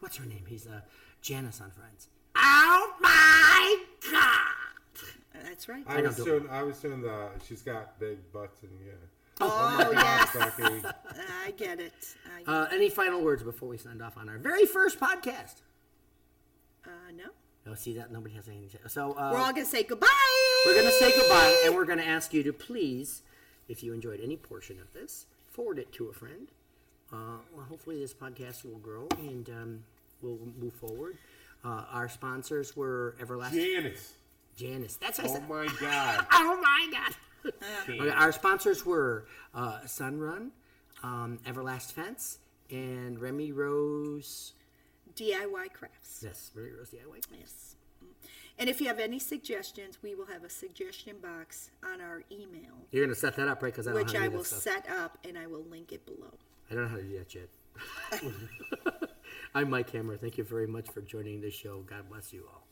what's her name? He's uh, Janice on Friends. Oh my God!
That's right.
I was
don't do
doing. I was doing the. She's got big butts and yeah.
Oh, yes,
Becky.
I get it. I-
Uh, any final words before we send off on our very first podcast?
Uh, no,
No, see that nobody has anything. to So uh,
we're all gonna say goodbye.
We're going to say goodbye and we're going to ask you to please, if you enjoyed any portion of this, forward it to a friend. Uh, well, hopefully, this podcast will grow and um, we'll move forward. Uh, our sponsors were Everlasting
Janice.
Janice. That's what I
Oh
said.
my god.
Oh my
*laughs*
God. okay, our sponsors were uh, Sunrun, um, Everlast Fence, and Remy Rose.
DIY crafts.
Yes, Remy Rose DIY.
Yes. And if you have any suggestions, we will have a suggestion box on our email,
You're going to set that up, right? Because I don't
which
know how
I
to do
will
that stuff.
set up and I will link it below.
I don't know how to do that yet. *laughs* I'm Mike Hammer. Thank you very much for joining the show. God bless you all.